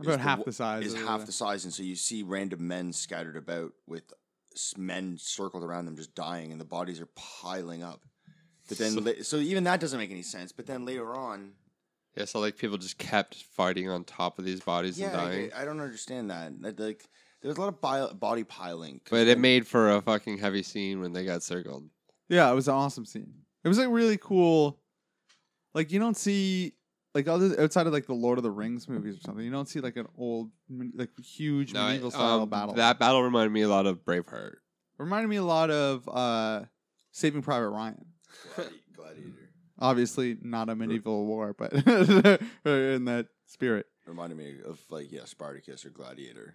D: is
B: about half
D: wo-
B: the size.
D: is
B: of
D: half the size, and so you see random men scattered about with s- men circled around them just dying, and the bodies are piling up. But then,
C: So-
D: so, so even that doesn't make any sense. But then later on,
C: Yeah, so like people just kept fighting on top of these bodies
D: yeah,
C: and dying.
D: I, I don't understand that. That, Like there was a lot of bio, body piling, 'cause
C: but it
D: then-
C: made for a fucking heavy scene when they got circled.
B: Yeah, it was an awesome scene. It was like really cool. Like you don't see like other outside of like the Lord of the Rings movies or something. You don't see like an old men- like huge
C: No,
B: medieval
C: it-
B: style
C: um,
B: battle.
C: That battle reminded me a lot of Braveheart.
B: reminded me a lot of uh Saving Private Ryan.
D: Gladi- gladiator
B: Obviously not a medieval war, but in that spirit.
D: reminded me of like yeah, Spartacus or Gladiator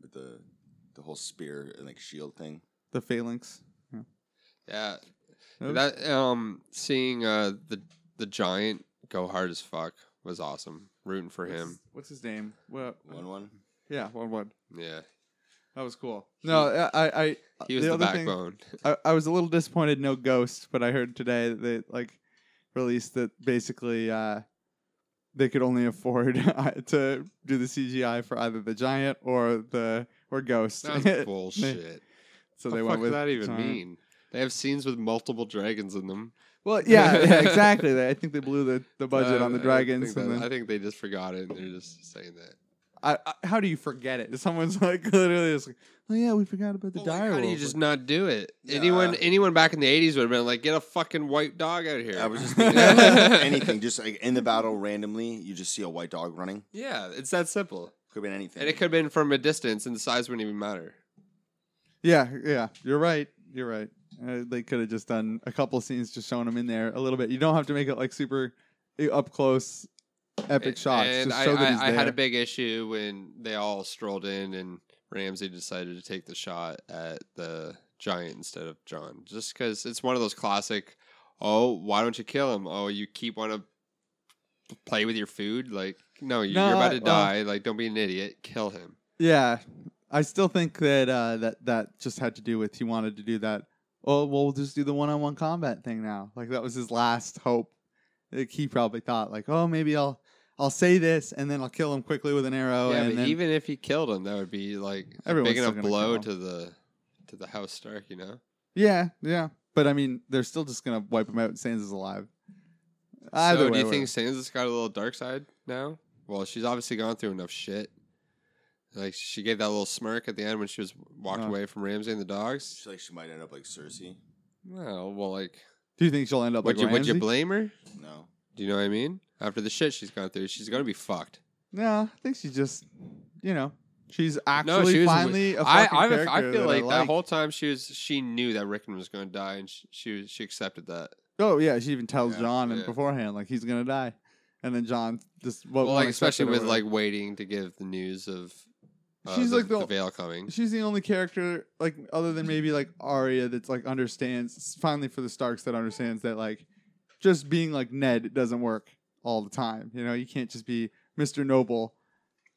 D: with the the whole spear and like shield thing.
B: The phalanx.
C: Yeah,
B: That was-
C: that um, seeing uh the the giant go hard as fuck was awesome. Rooting for him.
B: What's his name? Well,
D: One one.
B: yeah, one one.
C: Yeah,
B: That was cool. No, I, I, I
C: he was the,
B: other thing-
C: backbone.
B: I, I was a little disappointed no ghost but i heard today that they like released that basically uh they could only afford to do the cgi for either the giant or the or ghost
C: That's bullshit.
B: so
C: the
B: they
C: fuck
B: went
C: does
B: with
C: that even
B: giant.
C: mean? They have scenes with multiple dragons in them.
B: well yeah, yeah exactly They- i think they blew the, the budget
C: Uh,
B: on the
C: I
B: dragons
C: Think that-
B: and
C: I
B: then
C: think they just forgot it. and They're just saying that.
B: I, I, how do you forget it someone's like literally just like oh yeah we forgot about the
C: Well,
B: dire
C: How do you
B: wolf."
C: just not do it?
D: Yeah.
C: Anyone, anyone back in the '80s would have been like, "Get a fucking white dog out here."
D: I was just thinking of anything, just like in the battle randomly, you just see a white dog running.
C: yeah, it's that simple,
D: Could have been anything.
C: and it could have been from a distance, and the size wouldn't even matter.
B: Yeah, yeah, you're right. You're right. Uh, they could have just done a couple scenes, just showing them in there a little bit. You don't have to make it like super uh, up close, epic
C: A-
B: shots.
C: And
B: just
C: I,
B: show that he's
C: I, I
B: there.
C: had a big issue when they all strolled in, and Ramsey decided to take the shot at the giant instead of John, just because it's one of those classic. Oh, why don't you kill him? Oh, you keep want to play with your food? Like, no, you-
B: No,
C: you're about
B: I-
C: to
B: well-
C: die. like, don't be an idiot. Kill him.
B: yeah, I still think that uh, that that just had to do with he wanted to do that. Oh, well, we'll just do the one-on-one combat thing now. Like that was his last hope. Like, he probably thought like, oh, maybe I'll I'll say this and then I'll kill him quickly with an arrow.
C: yeah,
B: Oh, and
C: but
B: then,
C: even if he killed him, that would be like a
B: Everyone's
C: big
B: still
C: enough
B: gonna
C: blow
B: kill
C: to the to the House Stark, you know.
B: yeah, yeah. But I mean, they're still just gonna wipe him out. and Sans is alive. Either
C: so,
B: way,
C: do you
B: whatever.
C: think Sansa's got a little dark side now? Well, she's obviously gone through enough shit. Like she gave that little smirk at the end when she was walked
B: Uh.
C: away from Ramsay and the dogs.
D: She's like she might end up like Cersei.
C: Well, well, like,
B: Do you think she'll end up
C: would
B: like
C: you would you
B: Ramsay?
C: blame her?
D: No,
C: Do you know what I mean? After the shit she's gone through, she's gonna be fucked.
B: No, I think she's just, you know, she's actually
C: no, she was.
B: finally a
C: I,
B: fucking
C: I,
B: character.
C: I feel like
B: I
C: that whole time she was she knew that Rickon was gonna die, and she she, was, she accepted that.
B: Oh yeah, she even tells
D: Yeah,
B: John and
C: yeah.
B: beforehand like he's gonna die, and then John just well,
C: Well, like especially with like waiting to give the news of. Uh,
B: She's
C: the,
B: like the-
C: the veil coming.
B: she's the only character like other than maybe like Arya that's like understands finally for the Starks that understands that like just being like Ned doesn't work all the time. You know, you can't just be Mr. Noble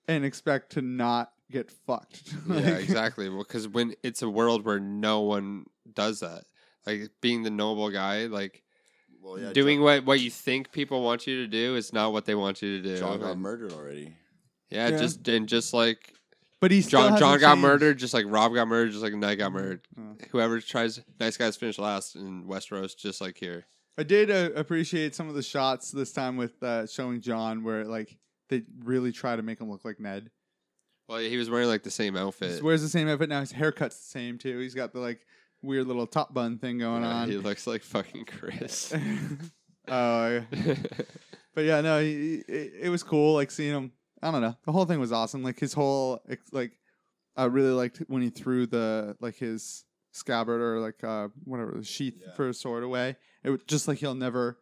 B: and expect to not get fucked. Like,
C: yeah, exactly. Well, because when it's a world where no one does that, like being the noble guy, like
D: Well, yeah,
C: doing
D: John,
C: what what you think people want you to do is not what they want you to do.
D: John got
C: And-
D: murdered already.
C: yeah,
B: Yeah.
C: just and just like
B: But he's
C: John John got murdered, just like Rob got murdered, just like Knight
D: Mm-hmm.
C: got murdered.
B: Oh.
C: Whoever tries nice guys finish last in Westeros, just like here.
B: I did uh, appreciate some of the shots this time with uh, showing John where like they really try to make him look like Ned.
C: Well, he was wearing like the same outfit.
B: He wears the same outfit now. His haircut's the same too. He's got the like weird little top bun thing going
C: Yeah,
B: on.
C: He looks like fucking Chris.
B: Oh, yeah. but yeah, no, he, he- it, it was cool. Like seeing him. I don't know. The whole thing was awesome. Like his whole ex- like, I really liked when he threw the like his scabbard or like uh whatever the sheath
D: Yeah.
B: for his sword away. It was just like he'll never,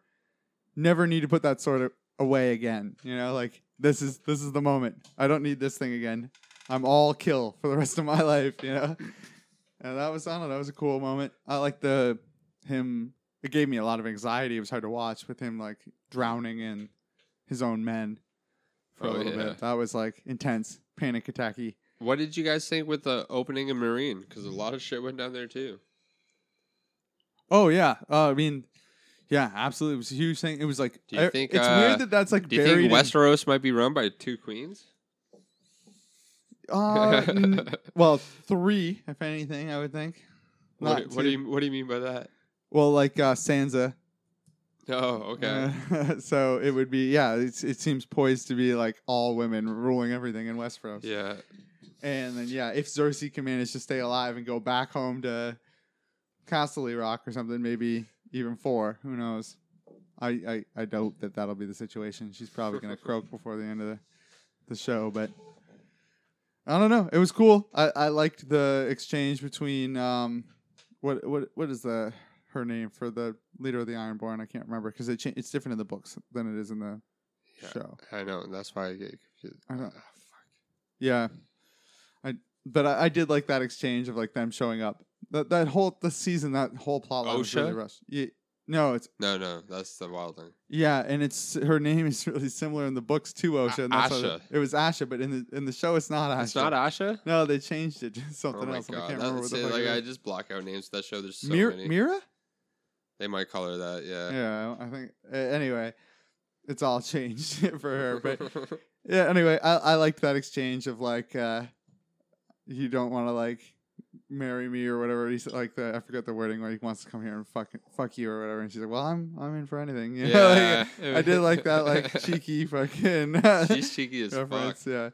B: never need to put that sword a- away again. You know, like this is this is the moment. I don't need this thing again. I'm all kill for the rest of my life. You know, and that was I don't know. That was a cool moment. I like the him it gave me a lot of anxiety. It was hard to watch with him like drowning in his own men for
C: Oh,
B: a little
C: yeah.
B: bit. That was like intense panic attacky.
C: what did you guys think with the opening of Marine? Because a lot of shit went down there too.
B: Oh yeah, uh, I mean, yeah, absolutely. It was a huge thing. It was like
C: Do you
B: I-
C: think,
B: it's
C: uh,
B: weird that that's like
C: Do you
B: buried.
C: think
B: in-
C: Westeros might be run by two queens?
B: uh, n- well, three, if anything, I would think. Not
C: What, what do
B: two.
C: you What do you mean by that?
B: Well, like uh, Sansa.
C: Oh, okay.
B: Uh, so it would be yeah. It's, it seems poised to be like all women ruling everything in Westeros.
C: yeah.
B: And then yeah, if Cersei can manage to stay alive and go back home to Castle Rock or something, maybe even four. Who knows? I, I, I doubt that that'll be the situation. She's probably gonna croak before the end of the, the show, but I don't know. It was cool. I, I liked the exchange between um, what what what is the her name for the leader of the Ironborn? I can't remember because it cha- it's different in the books than it is in the
C: Yeah.
B: show.
C: I know. and That's why I get confused.
B: I don't-
C: Ah, fuck.
B: Yeah, I but I, I did like that exchange of like them showing up. That that whole the season that whole plot line was
C: Osha?
B: really rushed. Yeah, no, it's
C: No, no, that's the wild thing.
B: yeah, and it's her name is really similar in the books to Osha. And
C: A-
B: that's why
C: Asha.
B: it was Asha, but in the in the show it's not Asha.
C: It's not Asha.
B: no, they changed it to
C: Oh
B: something
C: my
B: else. and I
C: god!
B: can't remember
C: That's
B: what the
C: it,
B: fuck
C: like
B: it
C: I
B: is.
C: just block out names for that show. There's so
B: Mir-
C: many.
B: Mira.
C: they might call her that. Yeah.
B: Yeah, I think. Uh, anyway, it's all changed for her, but Yeah. Anyway, I, I liked that exchange of like, uh, you don't want to like marry me or whatever. He's like the I forget the wording where he wants to come here and fuck fuck you or whatever. And she's like, well, I'm I'm in for anything. You know, like, I did like that like cheeky fucking
C: She's cheeky as fuck.
B: reference. Yeah.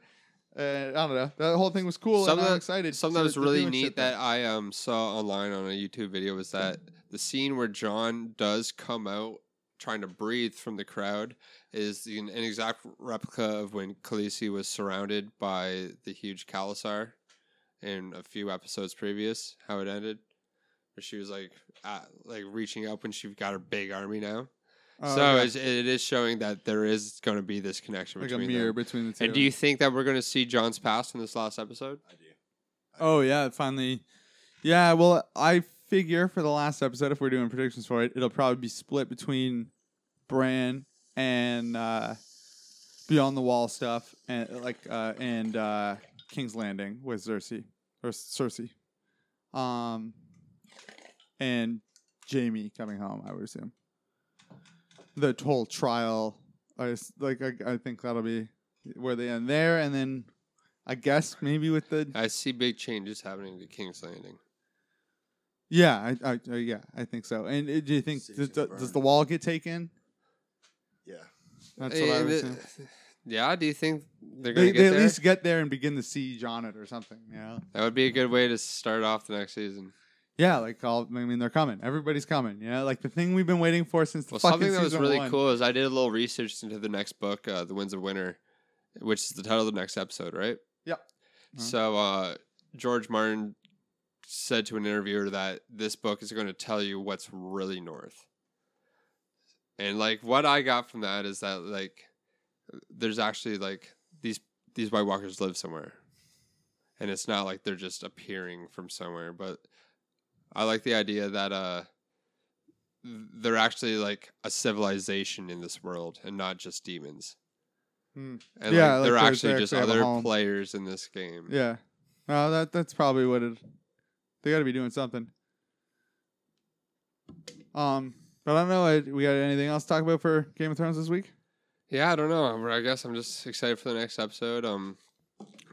B: And I don't know. That whole thing was cool.
C: Some
B: and
C: of
B: I'm
C: the-
B: excited.
C: Something
B: to-
C: that was
B: to
C: really
B: doing shit
C: neat
B: there.
C: that I um saw online on a YouTube video was that the scene where John does come out trying to breathe from the crowd is the- an exact replica of when Khaleesi was surrounded by the huge Kalasar in a few episodes previous, how it ended. Where she was like at, like reaching up when she got her big army now.
B: Oh,
C: so
B: yeah.
C: it's, it is showing that there is going to be this connection
B: like a
C: between
B: mirror
C: them.
B: between the two.
C: And do you think that we're going to see John's past in this last episode?
D: I do.
B: Oh yeah, it finally. Yeah, well, I figure for the last episode, if we're doing predictions for it, it'll probably be split between Bran and uh, Beyond the Wall stuff, and like uh, and uh, King's Landing with Cersei or Cersei, um, and Jamie coming home. I would assume the whole trial. I s- like. I, I think that'll be where they end there, and then I guess maybe with the
C: I see big changes happening to King's Landing.
B: Yeah, I, I, uh, yeah, I think so. And uh, do you think
D: Six
B: does,
D: is
B: the-
D: burned.
B: does the wall get taken?
D: Yeah.
B: That's what I
C: Eh,
B: was
C: the-
B: saying.
C: yeah, do you think they're going
B: They,
C: to
B: they
C: get
B: at
C: there?
B: least get there and begin the siege on it or something. You know?
C: That would be a good way to start off the next season.
B: Yeah, like all. I mean, they're coming. Everybody's coming. You know, like the thing we've been waiting for since the
C: Well,
B: fucking
C: something that was
B: season
C: really
B: one.
C: cool is I did a little research into the next book, uh, The Winds of Winter, which is the title of the next episode, right?
B: Yep. Mhm.
C: So uh, George Martin said to an interviewer that this book is going to tell you what's really north. And like what I got from that is that like there's actually like these these White Walkers live somewhere. And it's not like they're just appearing from somewhere, but I like the idea that uh they're actually like a civilization in this world and not just demons.
B: Hmm.
C: And
B: Yeah,
C: like,
B: like
C: they're
B: there's-
C: actually
B: they
C: just
B: actually have a
C: other
B: home.
C: players in this game.
B: Yeah. No, that that's probably what it. They got to be doing something. Um, but I don't know. I, we got anything else to talk about for Game of Thrones this week?
C: Yeah, I don't know. Well, I guess I'm just excited for the next episode. Um,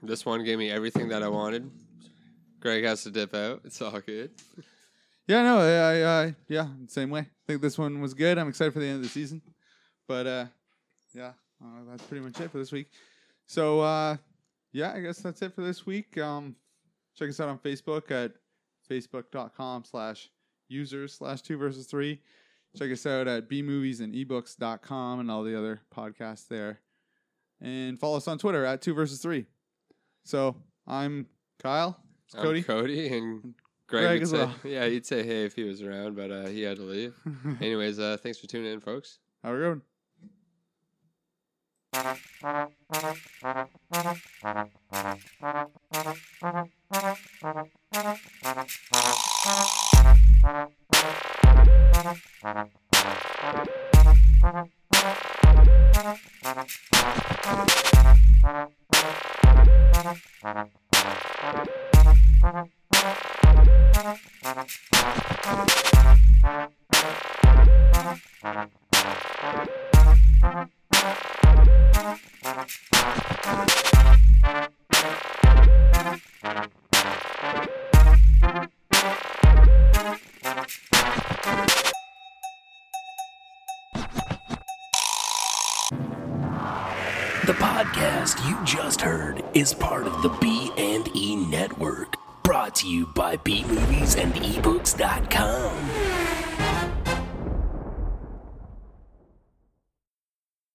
C: this one gave me everything that I wanted. Greg has to dip out. It's all good.
B: Yeah, no, I, I, I yeah, same way. I think this one was good. I'm excited for the end of the season, but uh, yeah, uh, that's pretty much it for this week. So uh, yeah, I guess that's it for this week. Um, check us out on Facebook at facebook.com slash users slash two versus three. Check us out at bmovies and ebooks.com and all the other podcasts there. And follow us on Twitter at two versus three. So I'm Kyle. It's
C: I'm
B: Cody.
C: Cody and Greg,
B: Greg
C: would
B: as
C: say,
B: well.
C: Yeah, he'd say hey if he was around, but uh, he had to leave. Anyways, uh, thanks for tuning in, folks.
B: How we going?
A: The podcast you just heard is part of the E E B&E network, brought to you by bmovies and ebooks.com.